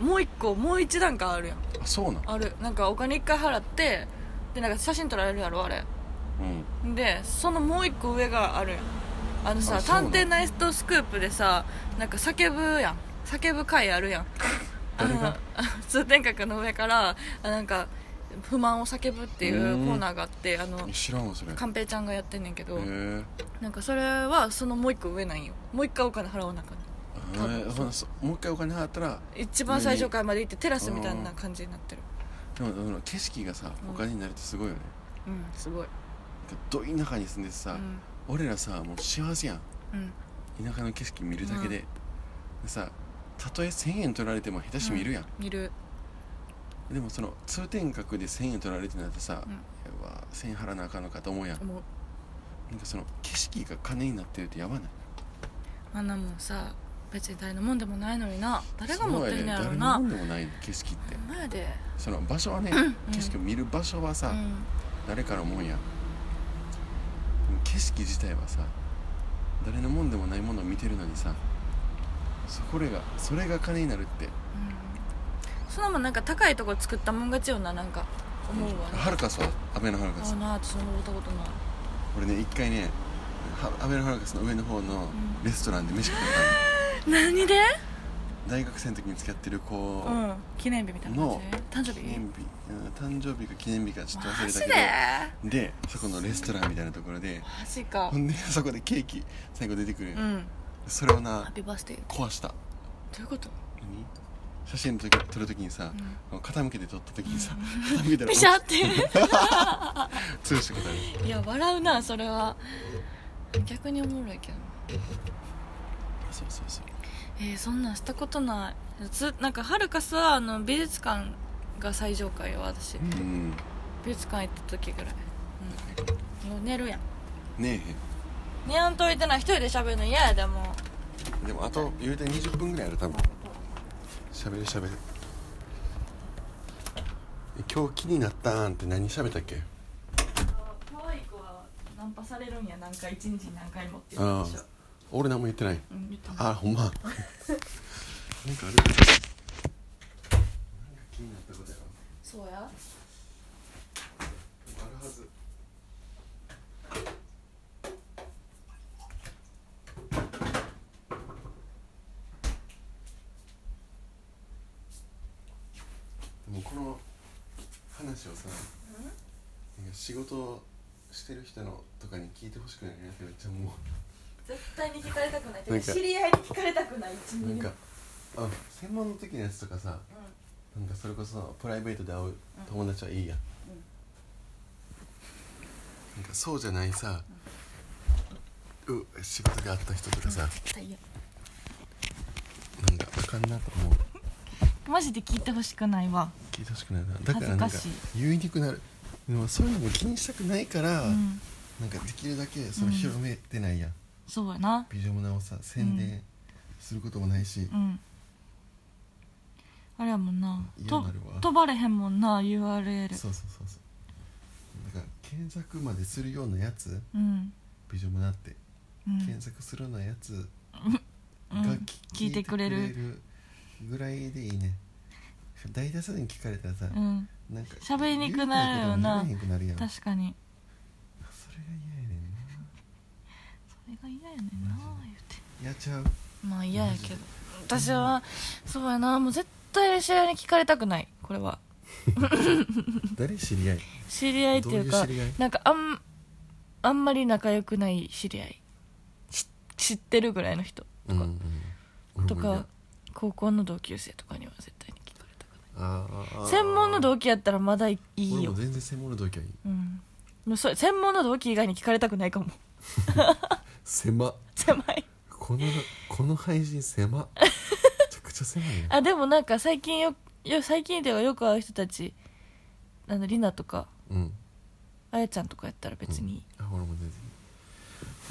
Speaker 2: もう一個もう一段階あるやん
Speaker 1: あそうなん
Speaker 2: あるなんかお金一回払ってでなんか写真撮られるやろあれ
Speaker 1: うん
Speaker 2: でそのもう一個上があるやんあのさ
Speaker 1: あ
Speaker 2: 「
Speaker 1: そうなの
Speaker 2: 探偵ナイトスクープ」でさなんか叫ぶやん叫ぶ回あるやんあ
Speaker 1: 誰
Speaker 2: の
Speaker 1: が
Speaker 2: あの通天閣の上からあなんか不満を叫ぶっていうコーナーがあってあの
Speaker 1: 知らんわそれへ
Speaker 2: 寛平ちゃんがやってんねんけど、
Speaker 1: え
Speaker 2: なんかそれはそのもう一個上なんよもう一回お金払わなあかんね多分
Speaker 1: えほなそもう一回お金払ったら
Speaker 2: ん一番最上階まで行ってテラスみたいな感じになってる
Speaker 1: でもその景色がさ
Speaker 2: うん
Speaker 1: お金になるってすごいよね、
Speaker 2: うんすごい
Speaker 1: どい田舎に住んでて
Speaker 2: う
Speaker 1: さ、
Speaker 2: ん
Speaker 1: 俺らさもう幸せやん
Speaker 2: うん
Speaker 1: 田舎の景色見るだけで,、
Speaker 2: う
Speaker 1: でさたとえ1000円取られても下手し見るやん、
Speaker 2: 見る
Speaker 1: でもその通天閣で1000円取られてなってさ、
Speaker 2: うん
Speaker 1: うわ1000円払わなあかんのかと思うやん
Speaker 2: もう
Speaker 1: なんかその景色が金になってるってやばない
Speaker 2: あんなもんさ別に誰のもんでもないのにな誰が持ってんねや
Speaker 1: そ
Speaker 2: ろ
Speaker 1: うやね
Speaker 2: な
Speaker 1: 誰のもんでもない景色って
Speaker 2: 前で
Speaker 1: その場所はね、景色を見る場所は
Speaker 2: う
Speaker 1: さ、
Speaker 2: ん
Speaker 1: 誰からもんやでも景色自体はさ誰のもんでもないものを見てるのにさそこれがそれが金になるって
Speaker 2: そんなもんなんか高いとこ作ったもん勝ちようななんか思うわね
Speaker 1: ハルカスはアベノハルカ
Speaker 2: あ
Speaker 1: ス
Speaker 2: あなあ私登ったことない
Speaker 1: 俺ね一回ねはアベノハルカスの上の方の
Speaker 2: ん
Speaker 1: レストランで飯食ったの、
Speaker 2: 何で
Speaker 1: 大学生の時に付き合ってる子
Speaker 2: う
Speaker 1: の
Speaker 2: ん記念日みたいな感じ誕
Speaker 1: 記
Speaker 2: 生日
Speaker 1: 念日うん誕生日か記念日かちょっと忘
Speaker 2: マ
Speaker 1: れ
Speaker 2: ジ
Speaker 1: た
Speaker 2: で
Speaker 1: けどでそこのレストランみたいなところで
Speaker 2: マジか
Speaker 1: ほんでそこでケーキ最後出てくる、
Speaker 2: うん
Speaker 1: それを
Speaker 2: ハッ
Speaker 1: な
Speaker 2: ピーバースデーど
Speaker 1: 壊した
Speaker 2: ういうこと
Speaker 1: 何写真撮る撮るときにさ、傾けて撮ったときにさ、傾けたら
Speaker 2: ピシャ [LAUGHS] って
Speaker 1: 通したことある
Speaker 2: いや笑うなそれは逆におもろいけどな
Speaker 1: そうそうそう
Speaker 2: えー、そんなんしたことないつなんかはるかすはあの美術館が最上階よ私
Speaker 1: うん
Speaker 2: 美術館行った時ぐらい、うん、もう寝るやん
Speaker 1: ね
Speaker 2: 寝やんといてない一人で喋るの嫌やでもう
Speaker 1: えでもあと言うて20分ぐらいある多分しゃべるしゃべるえ今日気になったーんって何しゃべったっけ
Speaker 2: 可愛い子はナンパされるんやなんか一日何回もって
Speaker 1: ああ俺何も言ってない
Speaker 2: うん言った
Speaker 1: あほんま [LAUGHS] なんかあるなんか気になったことやろ
Speaker 2: そう
Speaker 1: ある
Speaker 2: や
Speaker 1: はずもうこの話をさなんか仕事してる人のとかに聞いてほしくないなってめっちゃ思
Speaker 2: 絶対に聞かれたくないて
Speaker 1: な
Speaker 2: か
Speaker 1: んか
Speaker 2: 知り合いに聞かれたくない一
Speaker 1: うなん
Speaker 2: ミリも
Speaker 1: かあ専門の時のやつとかさなんかそれこそプライベートで会う友達はいいや、
Speaker 2: うんうん
Speaker 1: なんかそうじゃないさ、う仕事があった人とかさ、
Speaker 2: うんいや
Speaker 1: なんかあかんなと思う
Speaker 2: マジで聞いてほしくないわ
Speaker 1: 聞いてほしくないなだからなんか
Speaker 2: 恥ずかし
Speaker 1: 言いにくくなるでもそういうのも気にしたくないから、
Speaker 2: うん
Speaker 1: なんかできるだけその広めてないやん、
Speaker 2: そうやな
Speaker 1: ビジョムナをさ宣伝することもないし、
Speaker 2: うんあれやもんな
Speaker 1: 嫌
Speaker 2: と
Speaker 1: なるわ
Speaker 2: 飛ばれへんもんな URL
Speaker 1: そうそうそうそうだから検索までするようなやつ
Speaker 2: うん
Speaker 1: ビジョムナって
Speaker 2: うん
Speaker 1: 検索するようなやつ
Speaker 2: う
Speaker 1: が
Speaker 2: ん
Speaker 1: き、
Speaker 2: 聞いてくれる
Speaker 1: 聞いてぐらいでいいね大多数に聞かれたらさ、
Speaker 2: うん
Speaker 1: なんか
Speaker 2: 喋りにくなるよな
Speaker 1: 言うことも言えへんくなるやんそれが
Speaker 2: 確かに
Speaker 1: 嫌やねん
Speaker 2: それが嫌やねんな言うて
Speaker 1: なやっちゃう
Speaker 2: まあ嫌やけど私はそうやなもう絶対知り合いに聞かれたくないこれは
Speaker 1: 誰知り合い
Speaker 2: 知り合いっていう
Speaker 1: ど
Speaker 2: か
Speaker 1: ういう知り合い
Speaker 2: なんかあんあんまり仲良くない知り合いし知ってるぐらいの人とか、
Speaker 1: うん俺
Speaker 2: と
Speaker 1: も
Speaker 2: か高校の同級生とかには絶対に聞かれたくない
Speaker 1: 嫌あーあー
Speaker 2: 専門の同期やったらまだいい
Speaker 1: 俺
Speaker 2: よ
Speaker 1: も、全然専門の同期はいい
Speaker 2: うん、もうそれ専門の同期以外に聞かれたくないかも [LAUGHS]
Speaker 1: 狭っ
Speaker 2: 狭い
Speaker 1: このこの配信
Speaker 2: [LAUGHS]
Speaker 1: 狭っめちゃくちゃ狭いね
Speaker 2: あでもなんか最近よよ最近ではよく会う人たちあのリナとか
Speaker 1: うん
Speaker 2: あやちゃんとかやったら別に
Speaker 1: あ俺も全然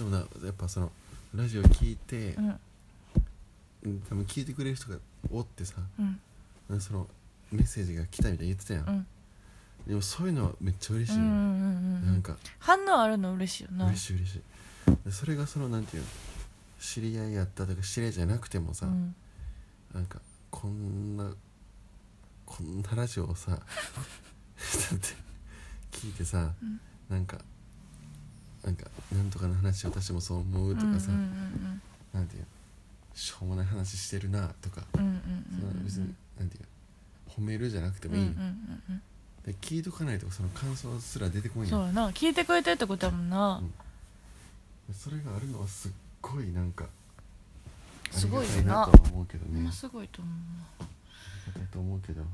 Speaker 1: でもなやっぱそのラジオ聞いて
Speaker 2: う、ん
Speaker 1: うん多分聞いてくれる人がおってさ
Speaker 2: うん
Speaker 1: なんかそのメッセージが来たみたいに言ってたやん、
Speaker 2: うん
Speaker 1: でもそういうのはめっちゃ嬉
Speaker 2: う
Speaker 1: しい
Speaker 2: ん
Speaker 1: ね、
Speaker 2: うんう
Speaker 1: なん
Speaker 2: ん
Speaker 1: か
Speaker 2: 反応あるの嬉しいよな
Speaker 1: 嬉しい嬉しいでそれがそのなんていうの知り合いやったとか知り合いじゃなくてもさ、
Speaker 2: うん
Speaker 1: なんかこんなこんなラジオをさだって聞いてさ、
Speaker 2: うん
Speaker 1: なんかなんかなんとかの話私もそう思うとかさ、
Speaker 2: うん
Speaker 1: なんていうのしょうもない話してるなとか、
Speaker 2: うんうんうんうん
Speaker 1: そ
Speaker 2: うんうん
Speaker 1: の別になんていうの褒めるじゃなくて
Speaker 2: うん
Speaker 1: も
Speaker 2: う
Speaker 1: いい、
Speaker 2: んうんうん
Speaker 1: で聞いとかないとその感想すら出てこない
Speaker 2: そうやな聞いてくれてるってことやもんな
Speaker 1: うんそれがあるのはすっごいなんか
Speaker 2: すごいよ
Speaker 1: ありが
Speaker 2: な
Speaker 1: たいなとは思うけど
Speaker 2: ほん
Speaker 1: ね
Speaker 2: ますごいと思うな
Speaker 1: ありがたいと思うけど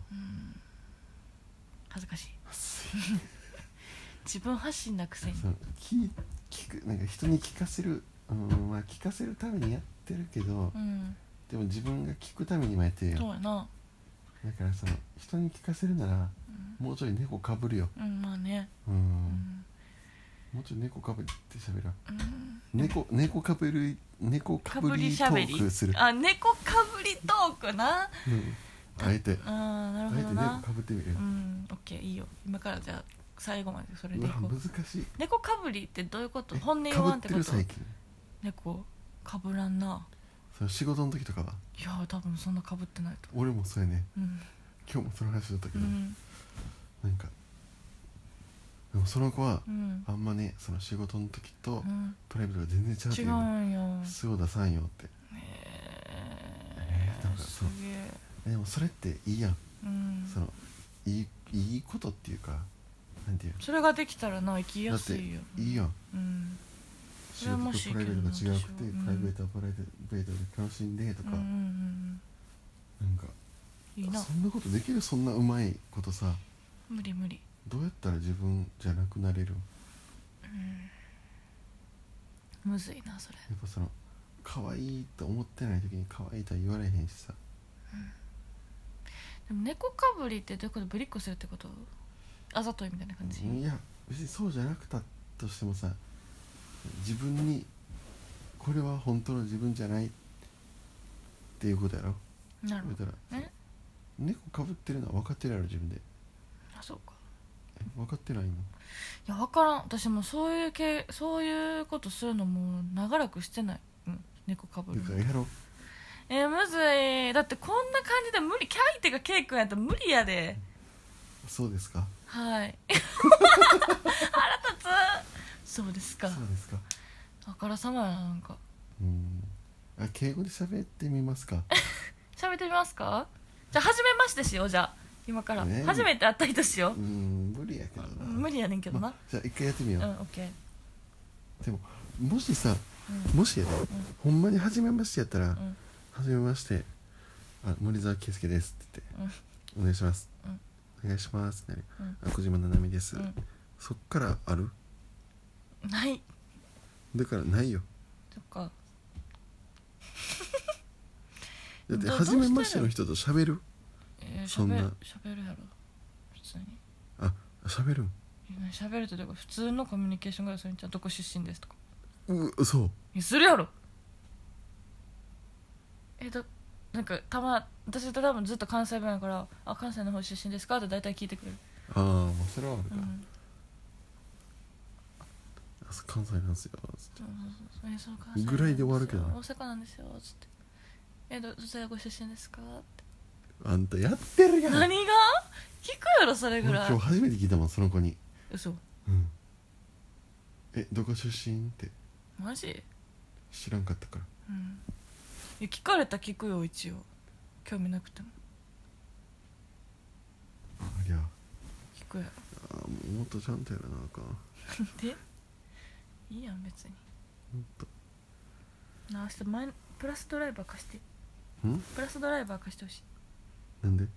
Speaker 2: 恥ずかしい自分発信なくせに
Speaker 1: そう聞聞くなんか人に聞かせる、うんまあ、聞かせるためにやってるけど
Speaker 2: うん
Speaker 1: でも自分が聞くためにもやってるやん
Speaker 2: そうやな
Speaker 1: だからその人に聞かせるならもうちょい猫かぶるよ、
Speaker 2: うんまあね
Speaker 1: うん
Speaker 2: うん
Speaker 1: もうちょい猫かぶってしゃべらん
Speaker 2: うん
Speaker 1: 猫猫かぶる猫か
Speaker 2: か
Speaker 1: ぶ
Speaker 2: ぶ
Speaker 1: り
Speaker 2: り
Speaker 1: ト
Speaker 2: しゃべり
Speaker 1: ークする、
Speaker 2: あ猫かぶりトークな
Speaker 1: うん、あえて
Speaker 2: あーな
Speaker 1: あ
Speaker 2: る
Speaker 1: え
Speaker 2: ほ
Speaker 1: て猫
Speaker 2: ど
Speaker 1: か
Speaker 2: な
Speaker 1: ぶってみるよ
Speaker 2: う、んオッケーいいよ今からじゃあ最後までそれ
Speaker 1: う
Speaker 2: でい
Speaker 1: わ
Speaker 2: こう
Speaker 1: 難しい
Speaker 2: 猫かぶりってどういうこと
Speaker 1: え
Speaker 2: 本音言わんって
Speaker 1: かぶっ
Speaker 2: こ
Speaker 1: て
Speaker 2: と
Speaker 1: る最近
Speaker 2: 猫かぶらんな
Speaker 1: その仕事の時とかはい
Speaker 2: やー多分そんなかぶってないと
Speaker 1: 俺もそうやね
Speaker 2: うん
Speaker 1: 今日もその話だったけ
Speaker 2: う
Speaker 1: ど、
Speaker 2: ん
Speaker 1: なんかでもその子は
Speaker 2: うん
Speaker 1: あんまねその仕事の時と
Speaker 2: うん
Speaker 1: プライベートが全然違うって
Speaker 2: 違
Speaker 1: いう
Speaker 2: う
Speaker 1: の
Speaker 2: んよ
Speaker 1: 素を出さんよって
Speaker 2: え
Speaker 1: なん
Speaker 2: ー
Speaker 1: か
Speaker 2: す
Speaker 1: そう
Speaker 2: げえ
Speaker 1: でもそれっていいやん
Speaker 2: うん
Speaker 1: そのいいいいことっていうかなんていう
Speaker 2: それができたらな生き
Speaker 1: の
Speaker 2: や
Speaker 1: だって
Speaker 2: すいよ
Speaker 1: いいやん
Speaker 2: うん
Speaker 1: 仕
Speaker 2: それは
Speaker 1: 事
Speaker 2: も
Speaker 1: と
Speaker 2: しいい
Speaker 1: プラ
Speaker 2: け
Speaker 1: イベート
Speaker 2: ど
Speaker 1: が違くて、
Speaker 2: 私は
Speaker 1: プライベートはプライベートで楽しんでと
Speaker 2: う
Speaker 1: か、
Speaker 2: んうんうん
Speaker 1: なんか
Speaker 2: うんいいな
Speaker 1: そんなことできるそんなうまいことさ
Speaker 2: 無理無理
Speaker 1: どうやったら自分じゃなくなれる
Speaker 2: むずいなそれ
Speaker 1: やっぱその可愛いと思ってない時に可愛いとは言われへんしさ
Speaker 2: でも猫かぶりってどういうことぶりっこするってことあざといみたいな感じ
Speaker 1: いや別にそうじゃなくたとしてもさ自分にこれは本当の自分じゃないっていうことやろ
Speaker 2: なるほ
Speaker 1: 言う
Speaker 2: ど
Speaker 1: たら
Speaker 2: え
Speaker 1: 猫かぶってるのは分かってるやろ自分で
Speaker 2: あそうか
Speaker 1: え分かってないの
Speaker 2: いや分からん私もそういう系そういうことするのもう長らくしてない、うん、猫かぶ
Speaker 1: だ
Speaker 2: る
Speaker 1: からやろ
Speaker 2: えー、むずいだってこんな感じで無理キャイテがケイ君やったら無理やで
Speaker 1: そうですか
Speaker 2: はい腹立つそうです
Speaker 1: そ
Speaker 2: か
Speaker 1: うですか
Speaker 2: あからさまやななんか
Speaker 1: うんあ敬語で喋ってみますか
Speaker 2: 喋ってみますかじゃあ初めましてしようじゃあ今から、
Speaker 1: ね
Speaker 2: 初めて会った人しよ
Speaker 1: う
Speaker 2: う、
Speaker 1: ん無理やけどな
Speaker 2: 無理やねんけどな、
Speaker 1: まじゃあ一回やってみよう、
Speaker 2: うんオッケー
Speaker 1: でももしさもしやで、ほんまに初めましてやったら、
Speaker 2: ん
Speaker 1: 初めましてあ森澤圭介ですって言って、お願いします、
Speaker 2: うん
Speaker 1: お願いしますってなる、
Speaker 2: う
Speaker 1: あ小島ななみです、
Speaker 2: うん
Speaker 1: そっからある
Speaker 2: うんない
Speaker 1: だからないよ
Speaker 2: そっか
Speaker 1: だって
Speaker 2: ど
Speaker 1: 初めましての人と喋る
Speaker 2: えー、し
Speaker 1: そ
Speaker 2: ゃ
Speaker 1: ん
Speaker 2: べ
Speaker 1: な
Speaker 2: るしゃべるやろ普通に
Speaker 1: あ喋るん
Speaker 2: えしゃべるってどういうこと普通のコミュニケーションぐらいするんちゃうどこ出身ですとか
Speaker 1: うそう
Speaker 2: いやするやろえだなんかたま私と多分ずっと関西弁やから「あ関西の方出身ですか?」って大体聞いてくれる、
Speaker 1: ああまあそれはある
Speaker 2: う
Speaker 1: か、
Speaker 2: ん、
Speaker 1: あそう関西なんですよつって
Speaker 2: そうそうそうえそう関西
Speaker 1: ぐらいで終わるけど
Speaker 2: 大阪なんですよつって「えどどちらご出身ですか?」って [LAUGHS]
Speaker 1: あんたやってるやん
Speaker 2: 何が聞くやろそれぐ
Speaker 1: 俺
Speaker 2: ら
Speaker 1: 今日
Speaker 2: い
Speaker 1: 初めて聞いたもんその子に
Speaker 2: 嘘
Speaker 1: うんえどこ出身って
Speaker 2: マジ
Speaker 1: 知らんかったから
Speaker 2: うんいや聞かれたら聞くよ一応興味なくても
Speaker 1: ありゃ
Speaker 2: 聞くやろ [LAUGHS]
Speaker 1: あーもっとちゃんとやらなあかん
Speaker 2: でいいやん別に
Speaker 1: ほんと
Speaker 2: なあ明日前プラスドライバー貸して
Speaker 1: ん
Speaker 2: プラスドライバー貸してほしい
Speaker 1: なんで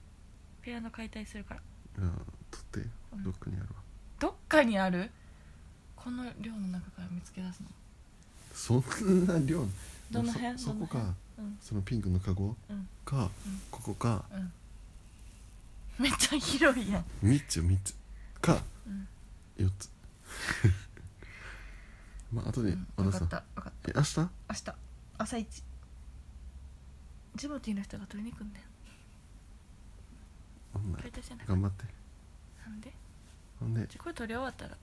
Speaker 2: ピアノ解体するから
Speaker 1: あー取って
Speaker 2: うん
Speaker 1: どっかにあるわ
Speaker 2: どっかにあるこの量の中から見つけ出すの
Speaker 1: そんな量
Speaker 2: どの辺
Speaker 1: そそこ
Speaker 2: どの
Speaker 1: か
Speaker 2: うん
Speaker 1: そのピンクのカゴ
Speaker 2: うん
Speaker 1: か、ここか
Speaker 2: うんめっちゃ広いやん
Speaker 1: 3つ3つか
Speaker 2: うん
Speaker 1: 4つ [LAUGHS] まあ後で和田
Speaker 2: 分か
Speaker 1: さ
Speaker 2: っ
Speaker 1: ん
Speaker 2: た分かっ
Speaker 1: え明日
Speaker 2: た明日朝一ジモティーの人が取りに来んねん
Speaker 1: ほんなら
Speaker 2: 解体じゃなく
Speaker 1: 頑張って
Speaker 2: なんで
Speaker 1: ほんで
Speaker 2: じゃあこれ取り終わったら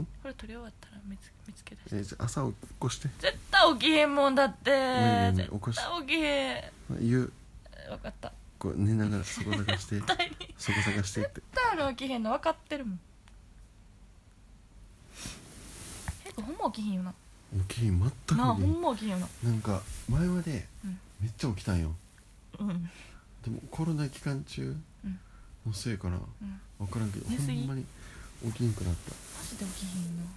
Speaker 1: ん
Speaker 2: これ取り終わったら見つ見つけ出して
Speaker 1: えじゃあ朝起こして
Speaker 2: 絶対起きへんもんだって
Speaker 1: 無理無理
Speaker 2: 絶
Speaker 1: 起こし
Speaker 2: 対起きへん
Speaker 1: 言う
Speaker 2: 分かった
Speaker 1: こう寝ながらそこ探
Speaker 2: [LAUGHS]
Speaker 1: して
Speaker 2: 絶対に
Speaker 1: そこ探してって
Speaker 2: タオル起きへんの分かってるもん結構ほんま起きへんよな
Speaker 1: 起きん全く
Speaker 2: なあほ
Speaker 1: 起きん
Speaker 2: んま起きへんよな
Speaker 1: なんか前まで
Speaker 2: うん
Speaker 1: めっちゃ起きたんよ
Speaker 2: うん
Speaker 1: でもコロナ期間中
Speaker 2: うん
Speaker 1: のせいから
Speaker 2: うん
Speaker 1: 分からんけど
Speaker 2: 寝
Speaker 1: ほ
Speaker 2: すぎ
Speaker 1: んまに起きんくなっ
Speaker 2: マジで起きへんよない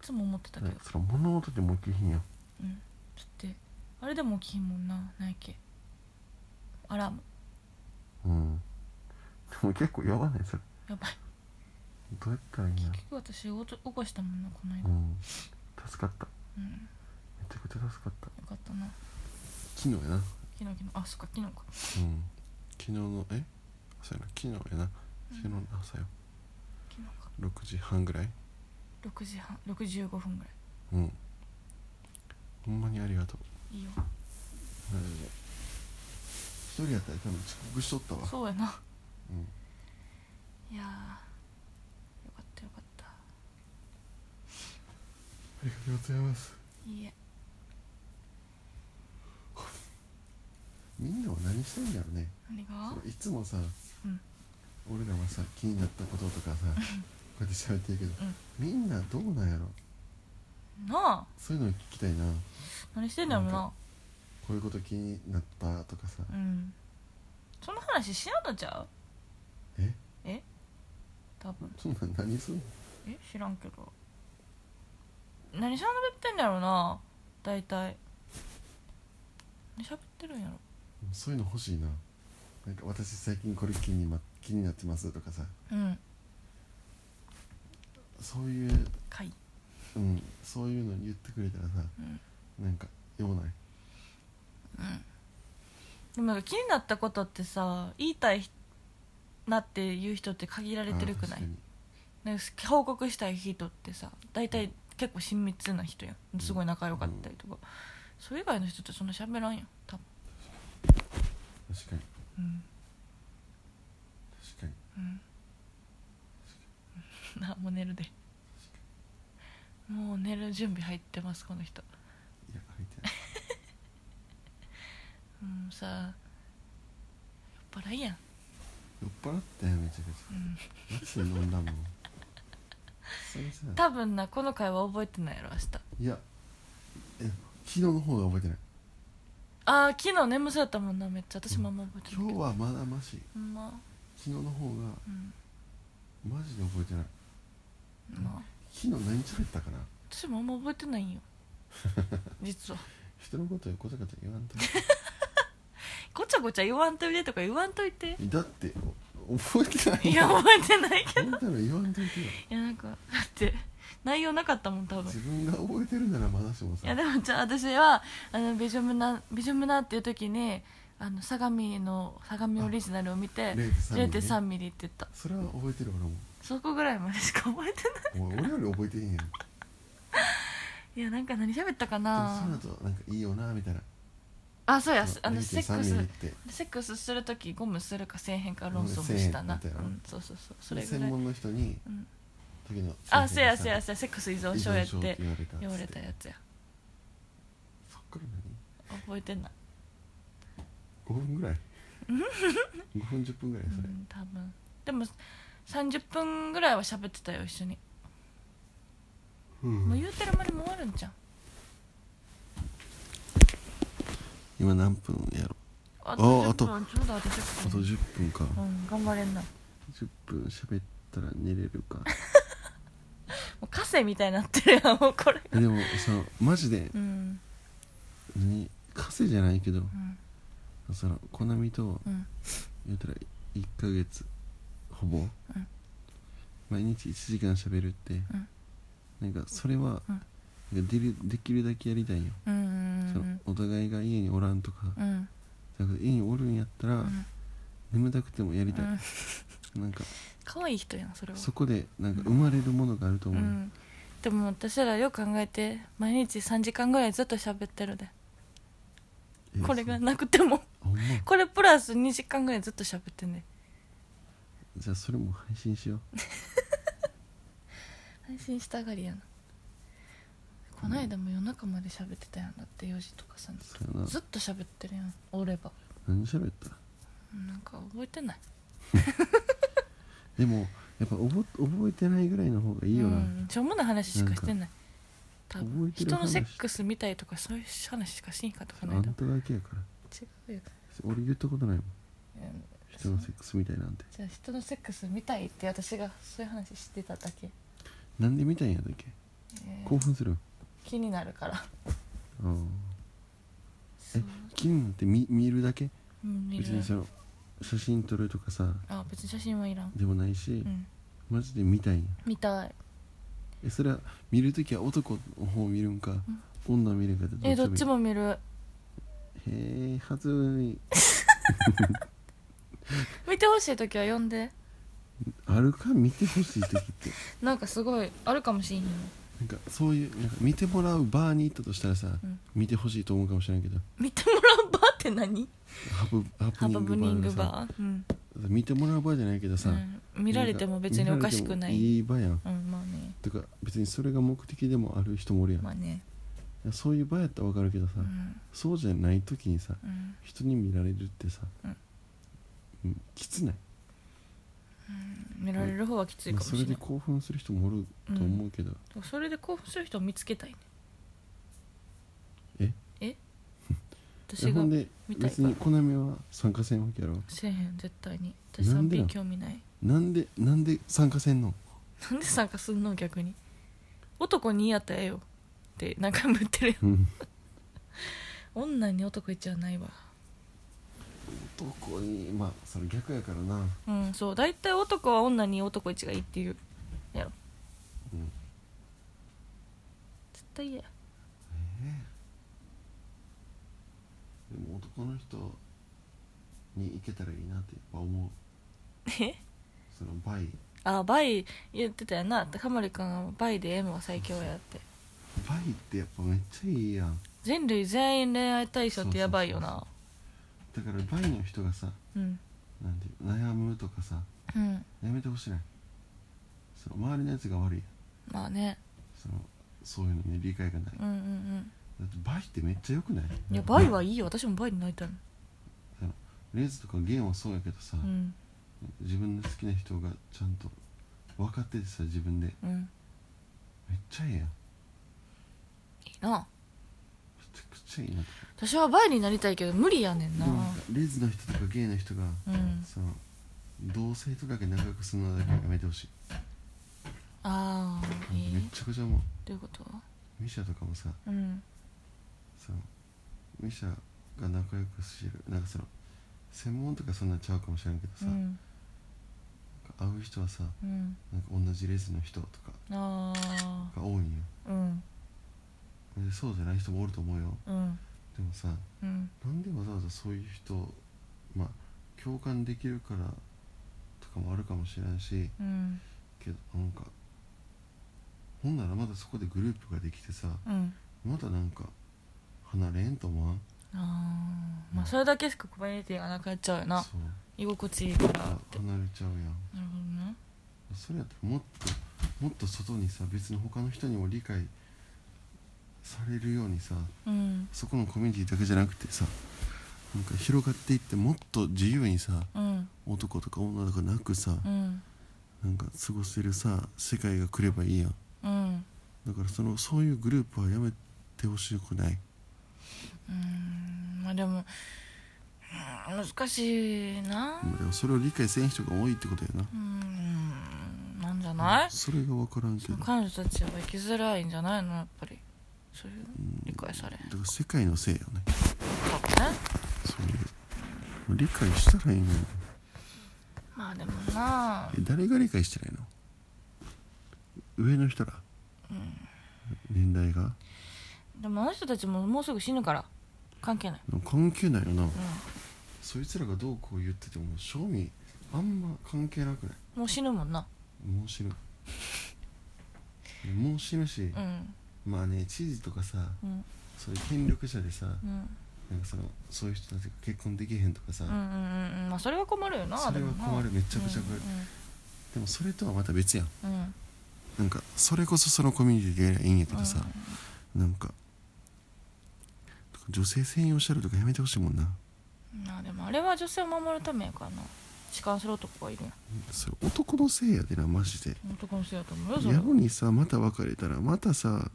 Speaker 2: つも思ってた
Speaker 1: た
Speaker 2: け
Speaker 1: な
Speaker 2: ど
Speaker 1: んかそれ物音でも起きひんよ
Speaker 2: うんちょっとあれでも起きへんもんな何やっけアラーム
Speaker 1: うんでも結構やばないそれ
Speaker 2: やばい
Speaker 1: どうやったらいいんや
Speaker 2: 結
Speaker 1: ろ
Speaker 2: 局私起こ起こしたもんなこの間
Speaker 1: う、ん助かった
Speaker 2: うん、
Speaker 1: めちゃくちゃ助かった
Speaker 2: よかったな
Speaker 1: 昨日やな
Speaker 2: 昨日昨日あそっか昨日か
Speaker 1: うん昨日のえそうやな昨日やな昨日の朝よ
Speaker 2: 昨日か
Speaker 1: 6時半ぐらい
Speaker 2: 6時半6時15分ぐら
Speaker 1: うんほんまにありがとう
Speaker 2: いいいよ
Speaker 1: マジで一人やったら多分遅刻しとったわ
Speaker 2: そうやな
Speaker 1: うん
Speaker 2: いやーよかったよかった
Speaker 1: ありがとうございます
Speaker 2: いいえ
Speaker 1: みんなは何してんだろうね
Speaker 2: 何が
Speaker 1: そういつもさ、
Speaker 2: うん
Speaker 1: 俺らはさ気になったこととかさこうやって喋ってるけど、
Speaker 2: うん
Speaker 1: みんなどうなんやろ
Speaker 2: なあ
Speaker 1: そういうの聞きたいな
Speaker 2: 何してんだろう
Speaker 1: な
Speaker 2: なん
Speaker 1: こういうこと気になったとかさ、
Speaker 2: うんその話しなのちゃう
Speaker 1: え
Speaker 2: え多分
Speaker 1: そんなん何すんの
Speaker 2: え知らんけど何しゃべってんだろうな大体何しゃべってるんやろ
Speaker 1: そういうの欲しいななんか私最近これ気に,、ま、気になってますとかさ
Speaker 2: うん
Speaker 1: そういう、
Speaker 2: かい
Speaker 1: うん、そういうの言ってくれたらさ、
Speaker 2: うん
Speaker 1: なんかようない
Speaker 2: でもなんか気になったことってさ言いたいなっていう人って限られてるくな
Speaker 1: あー確か
Speaker 2: い
Speaker 1: に
Speaker 2: なんか報告したい人ってさ大体結構親密な人やん
Speaker 1: ん
Speaker 2: すごい仲良かったりとか、それ以外の人ってそんな喋らんやん多分
Speaker 1: 確かに
Speaker 2: うん
Speaker 1: 確かに
Speaker 2: な [LAUGHS] もう寝るでもう寝る準備入ってますこの人
Speaker 1: いや入ってない
Speaker 2: うんさあ酔っ払いやん
Speaker 1: 酔っ払ったよめちゃくちゃ、マジで飲んだもん久々や
Speaker 2: 多分なこの会話覚えてないやろ明日
Speaker 1: いやえ昨日の方が覚えてない
Speaker 2: あー昨日眠そうやったもんなめっちゃ私もあんま覚えてない
Speaker 1: 今日はまだマシ
Speaker 2: ほんま
Speaker 1: 昨日の方が
Speaker 2: うん
Speaker 1: マジで覚えてない
Speaker 2: まあ
Speaker 1: 昨日何喋ったかな
Speaker 2: 私もあんま覚えてないんよ [LAUGHS] 実は
Speaker 1: 人のこと横坂と言わんと
Speaker 2: ごちゃごちゃ言わんといてとか言わんといて
Speaker 1: だってお覚えてない
Speaker 2: いや覚えてないけ
Speaker 1: そんなの言わんといてよ
Speaker 2: どいやなんかだって内容なかったもん多分
Speaker 1: 自分が覚えてるならまだしも
Speaker 2: い
Speaker 1: さ
Speaker 2: やでもじゃあ私はあのビジョムナビジョムナっていう時にあの相模の相模オリジナルを見て
Speaker 1: 0.3ミリね
Speaker 2: 0.3ミリって言った
Speaker 1: それは覚えてる
Speaker 2: そこぐらいまでしか覚えてな
Speaker 1: 俺
Speaker 2: い
Speaker 1: もお前俺より覚えてへんやんでも
Speaker 2: いやなんか何喋ったか
Speaker 1: その
Speaker 2: な
Speaker 1: 後なんかいいよなみたいな
Speaker 2: あそうや
Speaker 1: そう
Speaker 2: あのセックス
Speaker 1: 0.3ミリって
Speaker 2: セックスする時ゴムするかせえへんか論争もしたな
Speaker 1: せえへんみたいな
Speaker 2: うん、そうそうそうそれぐ
Speaker 1: 専
Speaker 2: らい、
Speaker 1: 門の人に
Speaker 2: うん、
Speaker 1: 時の
Speaker 2: あそうやそうや
Speaker 1: そ
Speaker 2: そうやセックス依存
Speaker 1: う
Speaker 2: 症やって
Speaker 1: 言われた
Speaker 2: 言わ
Speaker 1: つ
Speaker 2: れ
Speaker 1: ったて
Speaker 2: やつや
Speaker 1: そっから
Speaker 2: 覚えてない
Speaker 1: 何5分
Speaker 2: [LAUGHS]
Speaker 1: ぐらい5分10分ぐらいそれ、
Speaker 2: うん多分でも30分ぐらいは喋ってたよ一緒に
Speaker 1: うん
Speaker 2: もう言うてる間にもう終わるんじゃん
Speaker 1: 今何分やろ
Speaker 2: あ
Speaker 1: ああと
Speaker 2: 10分ちょうどあと
Speaker 1: あと
Speaker 2: 10分
Speaker 1: 10分か、
Speaker 2: うん頑張れんなも
Speaker 1: 10分喋ったら寝れるか
Speaker 2: うカセみたいになってるやんもうこれ
Speaker 1: えでもそのマジで
Speaker 2: うん
Speaker 1: 何カセじゃないけど
Speaker 2: うん
Speaker 1: そのコナミと
Speaker 2: うん
Speaker 1: 言うたら1ヶ月ほぼ、毎日1時間喋るって、
Speaker 2: うん
Speaker 1: なんかそれは、
Speaker 2: うん
Speaker 1: なんかでるできるだけやりたいよ、
Speaker 2: うんう
Speaker 1: その
Speaker 2: ん
Speaker 1: お互いが家におらんとか、
Speaker 2: うんうん
Speaker 1: じゃなくて家におるんやったら、
Speaker 2: ん
Speaker 1: 眠たくてもやりたい、
Speaker 2: うん
Speaker 1: なんか
Speaker 2: 可愛い人やんそれは
Speaker 1: そこでなんか生まれるものがあると
Speaker 2: う
Speaker 1: 思う、
Speaker 2: んでも私らよく考えて毎日3時間ぐらいずっと喋ってるで
Speaker 1: え
Speaker 2: これが
Speaker 1: そう
Speaker 2: なくても
Speaker 1: あほんま
Speaker 2: これプラス2時間ぐらいずっと喋ってんね
Speaker 1: じゃあそれも配信しよう
Speaker 2: 配信したがりやなこないだも夜中まで喋ってたやんだって4時とかさ
Speaker 1: そうやな
Speaker 2: ずっと喋ってるやんおれば
Speaker 1: 何喋った
Speaker 2: なんか覚えてない
Speaker 1: でもやっぱ覚覚えてないぐらいの方がいいよな、
Speaker 2: うん、しょうもない話しかしてない多分
Speaker 1: 覚えてる
Speaker 2: 人
Speaker 1: 話
Speaker 2: のセックス見たいとかそういう話しかしんかとかな
Speaker 1: あ
Speaker 2: い
Speaker 1: ん
Speaker 2: だ
Speaker 1: ただけやから
Speaker 2: 違うよ
Speaker 1: 俺言ったことないもん
Speaker 2: うん
Speaker 1: 人のセックスみたいなんて
Speaker 2: じゃあ人のセックス見たいって私がそういう話してただけ、
Speaker 1: なんで見たいんやだっけ
Speaker 2: えー
Speaker 1: 興奮する
Speaker 2: 気になるから
Speaker 1: うん
Speaker 2: そ
Speaker 1: え
Speaker 2: う
Speaker 1: 気になって見見るだけ
Speaker 2: うん見
Speaker 1: 別にそ
Speaker 2: る
Speaker 1: の写真撮るとかさ
Speaker 2: あ別に写真はいらん、
Speaker 1: でもないし、
Speaker 2: うん、
Speaker 1: マジで見たいんや
Speaker 2: 見たい
Speaker 1: えそれは見るときは男の方を見るんか、女を見るんかって
Speaker 2: えどっち
Speaker 1: も
Speaker 2: も見る
Speaker 1: 見るへえはずい
Speaker 2: 見てほしい時は呼んで
Speaker 1: あるか見てほしい時って [LAUGHS]
Speaker 2: なんかすごいあるかもしんよ
Speaker 1: なんかそういうなんか見てもらうバーに行ったとしたらさ、
Speaker 2: うん
Speaker 1: 見てほしいと思うかもしれないけど
Speaker 2: 見てもらうバーって何
Speaker 1: ハプハプ
Speaker 2: ハ
Speaker 1: ニ
Speaker 2: プニ
Speaker 1: ン
Speaker 2: ン
Speaker 1: グバ
Speaker 2: グ
Speaker 1: ーがさ
Speaker 2: バー、うん
Speaker 1: 見てもらうバーじゃないけどさ、
Speaker 2: うん、見られても別におかしく
Speaker 1: 見ら
Speaker 2: な
Speaker 1: れ
Speaker 2: い
Speaker 1: てもいい場やん
Speaker 2: うんまあね
Speaker 1: とか別にそれが目的でもある人もおるやん、
Speaker 2: まあね
Speaker 1: いやそういう場やったらわかるけどさ、
Speaker 2: うん
Speaker 1: そうじゃない時にさ
Speaker 2: うん
Speaker 1: 人に見られるってさ、
Speaker 2: うん
Speaker 1: うんきつない
Speaker 2: 見られる方はきつい
Speaker 1: ま
Speaker 2: か
Speaker 1: あ
Speaker 2: も
Speaker 1: そ
Speaker 2: しれ
Speaker 1: れ
Speaker 2: な
Speaker 1: で
Speaker 2: い、
Speaker 1: 興奮する人もおると思うけど、
Speaker 2: それで興奮する人を見つけたいね
Speaker 1: え
Speaker 2: え
Speaker 1: [LAUGHS] え
Speaker 2: 私
Speaker 1: ほ
Speaker 2: が
Speaker 1: んで
Speaker 2: 見たい
Speaker 1: 別
Speaker 2: から
Speaker 1: にコナミは参加せんわけやろ
Speaker 2: せえへん絶対に私
Speaker 1: なんでなん
Speaker 2: 3P 興味ない
Speaker 1: なんでなんで参加せんの
Speaker 2: なんで参加すんの逆に男にやったらええよって何回も言ってるやん
Speaker 1: うん
Speaker 2: 女に男一はないわ
Speaker 1: 男にまあそれ逆やからな
Speaker 2: うんそう大体男は女に男一がいいっていうやろ
Speaker 1: うん
Speaker 2: 絶対嫌や
Speaker 1: でも男の人に行けたらいいなってやっぱ思う
Speaker 2: え
Speaker 1: その倍
Speaker 2: あバイ言ってたよなタモリ君はバイで M は最強やって
Speaker 1: 倍ってやっぱめっちゃいいやん
Speaker 2: 人類全員恋愛対象ってやばいよな
Speaker 1: だから倍の人がさ
Speaker 2: うん
Speaker 1: なんていう悩むとかさ
Speaker 2: うん
Speaker 1: やめてほしいないその周りのやつが悪い
Speaker 2: まあね
Speaker 1: そのそういうのに理解がない
Speaker 2: うんうんうん
Speaker 1: だって倍ってめっちゃよくない
Speaker 2: いやバイはいいよ私もバイになりたいもん
Speaker 1: レズとかゲンはそうやけどさ、
Speaker 2: うん
Speaker 1: 自分の好きな人がちゃんと分かっててさ自分で
Speaker 2: うん
Speaker 1: めっちゃええやんめ
Speaker 2: いいな
Speaker 1: ちゃくちちゃいいなと
Speaker 2: 私はバイになりたいけど無理やねん
Speaker 1: で
Speaker 2: な
Speaker 1: もなんかレズの人とかゲイの人が、
Speaker 2: うん
Speaker 1: その同性とだけ仲良くするのだけはやめてほしい、
Speaker 2: ああえ
Speaker 1: めっちゃくちゃも
Speaker 2: どういうこ
Speaker 1: う
Speaker 2: と
Speaker 1: ミシャとかもさ
Speaker 2: うん
Speaker 1: そのミシャが仲良くしてるなんかその専門とかそんなんちゃうかもしれんけど
Speaker 2: う
Speaker 1: さ、なんか会
Speaker 2: ん
Speaker 1: う人はさ
Speaker 2: うん
Speaker 1: なんか同じレズの人とか
Speaker 2: ああ
Speaker 1: が多いんよ
Speaker 2: うん
Speaker 1: でそうじゃない人もおると思うよ
Speaker 2: うん
Speaker 1: でもさ
Speaker 2: うん
Speaker 1: なんでわざわざそういう人まあ共感できるからとかもあるかもしれんし
Speaker 2: うん
Speaker 1: けどなんかほんならまだそこでグループができてさ
Speaker 2: うん
Speaker 1: まだなんか離れんと思わん
Speaker 2: ああまあそれだけしかコミュニティがなくなっちゃうよな
Speaker 1: そう
Speaker 2: 居心地いいからってな
Speaker 1: あ
Speaker 2: る
Speaker 1: 離れちゃうやん
Speaker 2: ほどね
Speaker 1: それやったらもっともっと外にさ別の他の人にも理解されるようにさ
Speaker 2: うん
Speaker 1: そこのコミュニティだけじゃなくてさなんか広がっていってもっと自由にさ
Speaker 2: うん
Speaker 1: 男とか女とかなくさ、
Speaker 2: うん
Speaker 1: なんか過ごせるさ世界が来ればいいやん
Speaker 2: うん
Speaker 1: だからそのそういうグループはやめてほしくない
Speaker 2: うんまあでもうん難しいな
Speaker 1: でもそれを理解せん人が多いってことやな
Speaker 2: うんなんじゃない
Speaker 1: それが分からんけどだか
Speaker 2: 彼女たちは生きづらいんじゃないのやっぱりそういう理解されへん
Speaker 1: ら世界のせいよね
Speaker 2: 多分ね
Speaker 1: そういう理解したらいいのに
Speaker 2: まあでもな
Speaker 1: え誰が理解したらいいの上の人ら、年代が
Speaker 2: でもあの人たちももうすぐ死ぬから関係ない
Speaker 1: でも関係ないよな、
Speaker 2: う
Speaker 1: そいつらがどうこう言ってても正味あんま関係なくない
Speaker 2: んもう死ぬもんな
Speaker 1: もう死ぬもう死ぬし、
Speaker 2: うん
Speaker 1: まあね知事とかさ
Speaker 2: うん
Speaker 1: そういう権力者でさ、
Speaker 2: うん
Speaker 1: なんかそのそういう人たちが結婚できへんとかさ、
Speaker 2: うんうんうんまあそれは困るよな
Speaker 1: それは困るめちゃくちゃ困るでもそれとはまた別やん
Speaker 2: うんうん
Speaker 1: なんかそれこそそのコミュニティでやりゃいいんやけどさ、なんか女性専用シャルとかやめてほしいもんな
Speaker 2: まあでもあれは女性を守るためやからな痴漢する男がいるや
Speaker 1: それ男のせいやでなマジで
Speaker 2: ん男のせいやと思うよそれ
Speaker 1: や
Speaker 2: は、
Speaker 1: のにさまた別れたらまたさ
Speaker 2: うん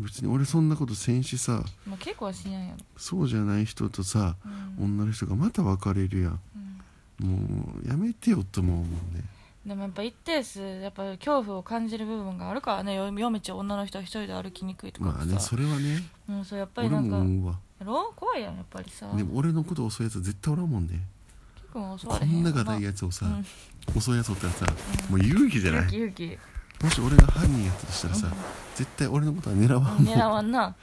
Speaker 1: 別に俺そんなことせんしさ
Speaker 2: まあ、結構は死んやんやろ、
Speaker 1: そうじゃない人とさ
Speaker 2: うん
Speaker 1: 女の人がまた別れるやん
Speaker 2: うん
Speaker 1: もうやめてよとも思うもんね
Speaker 2: でもやっぱ一定数やっぱ恐怖を感じる部分があるからね夜夜道を女の人は一人で歩きにくいとか
Speaker 1: まあね
Speaker 2: さ、
Speaker 1: それはね
Speaker 2: うん、そうやっぱ
Speaker 1: 俺
Speaker 2: りなんか
Speaker 1: も思うわ
Speaker 2: やろ怖いやんやっぱりさ
Speaker 1: でも俺のこと襲うやつ絶対おらんもんね
Speaker 2: 結構襲わ
Speaker 1: こ
Speaker 2: れへん
Speaker 1: んな
Speaker 2: よ
Speaker 1: がたいやつをさ、襲うやつおったらさ、
Speaker 2: う
Speaker 1: もう勇気じゃな
Speaker 2: 勇
Speaker 1: い
Speaker 2: 気勇気
Speaker 1: もし俺が犯人やったとしたらさ、絶対俺のことは狙わんもん
Speaker 2: 狙わんな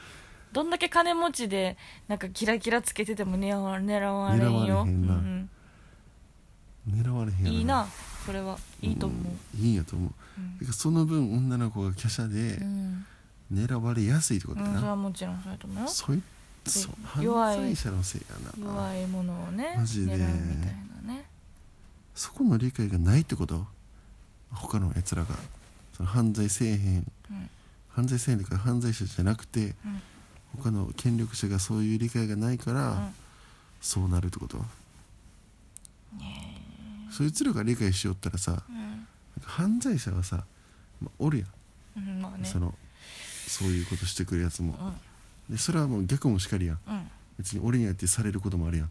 Speaker 2: どんだけ金持ちでなんかキラキラつけてても狙わ狙われん
Speaker 1: 狙
Speaker 2: よ
Speaker 1: われへんな
Speaker 2: うん
Speaker 1: 狙われへん
Speaker 2: うん
Speaker 1: やろ
Speaker 2: いいなそれはいいと思う、
Speaker 1: うんいいんやと思う
Speaker 2: うん
Speaker 1: てかその分女の子が華奢
Speaker 2: う
Speaker 1: で
Speaker 2: ん
Speaker 1: 狙われやすいってことや
Speaker 2: うんそれ
Speaker 1: な、
Speaker 2: はもちろんそれとも
Speaker 1: そいつそう犯
Speaker 2: 弱い
Speaker 1: 罪者のせいやな
Speaker 2: 弱いものをね
Speaker 1: マジで
Speaker 2: 狙うみたいなね
Speaker 1: そこの理解がないってこと他のやつらがその犯罪せえへん
Speaker 2: うん
Speaker 1: 犯罪せえへんとか犯罪者じゃなくて
Speaker 2: うん
Speaker 1: 他の権力者がそういう理解がないから、そうなるってことそいつらが理解しよったらさなんか
Speaker 2: うん
Speaker 1: 犯罪者はさ、まあおるやん、
Speaker 2: うんまあね
Speaker 1: そのそういうことしてくるやつも
Speaker 2: う、ん
Speaker 1: でそれはもう逆もしかりやん
Speaker 2: うん
Speaker 1: 別に俺にやってされることもあるやん、
Speaker 2: う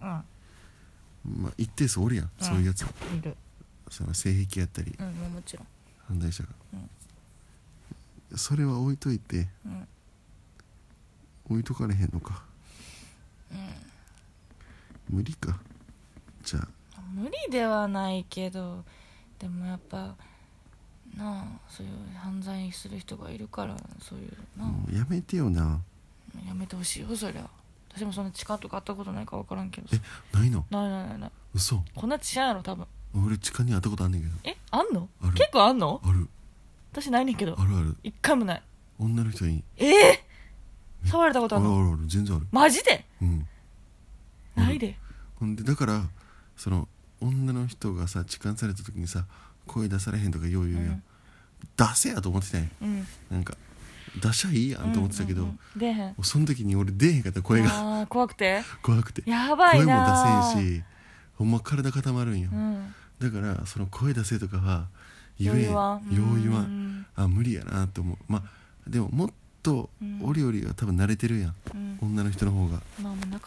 Speaker 1: まあ、一定数おるやん、
Speaker 2: うん
Speaker 1: そういうやつも
Speaker 2: んいる
Speaker 1: その性癖やったり
Speaker 2: うんまあもちろん
Speaker 1: 犯罪者が、それは置いといて
Speaker 2: うん
Speaker 1: 置いとかれへんのか、無理かじゃあ
Speaker 2: 無理ではないけどでもやっぱなあそういう犯罪する人がいるからそういうな
Speaker 1: もうやめてよな
Speaker 2: やめてほしいよそりゃ私もそんな痴漢とかあったことないから分からんけど
Speaker 1: えないの
Speaker 2: ないないないない
Speaker 1: 嘘
Speaker 2: こんな知らんやろ多分
Speaker 1: 俺地下に会ったことあんねんけど
Speaker 2: えあんの
Speaker 1: ある
Speaker 2: 結構あんの
Speaker 1: ある
Speaker 2: 私ないねんけど
Speaker 1: あるある
Speaker 2: 一回もない
Speaker 1: 女の人に
Speaker 2: ええ触れたこ
Speaker 1: あ
Speaker 2: と
Speaker 1: る
Speaker 2: あ
Speaker 1: あ
Speaker 2: ん
Speaker 1: る
Speaker 2: の
Speaker 1: ある全然ある
Speaker 2: マジで
Speaker 1: うん
Speaker 2: ないで
Speaker 1: ほんでだからその女の人がさ痴漢された時にさ声出されへんとかよう言うやん、
Speaker 2: うん
Speaker 1: 出せやと思ってたんや
Speaker 2: うん
Speaker 1: なんか出しゃいいやんと思ってたけど、
Speaker 2: うんうんうん出えへん
Speaker 1: その時に俺出えへんかった声が
Speaker 2: あー怖くて
Speaker 1: [LAUGHS] 怖くて
Speaker 2: やばいな
Speaker 1: 声も出せんしほんま体固まるんよ、
Speaker 2: うん
Speaker 1: だからその声出せとかは言えん
Speaker 2: 余裕は
Speaker 1: よう言わ
Speaker 2: うん
Speaker 1: んあ無理やなと思うまあでももっと
Speaker 2: うん
Speaker 1: オリオリが多分慣れてるやん、
Speaker 2: うん
Speaker 1: 女の人の方が
Speaker 2: まあもうなかな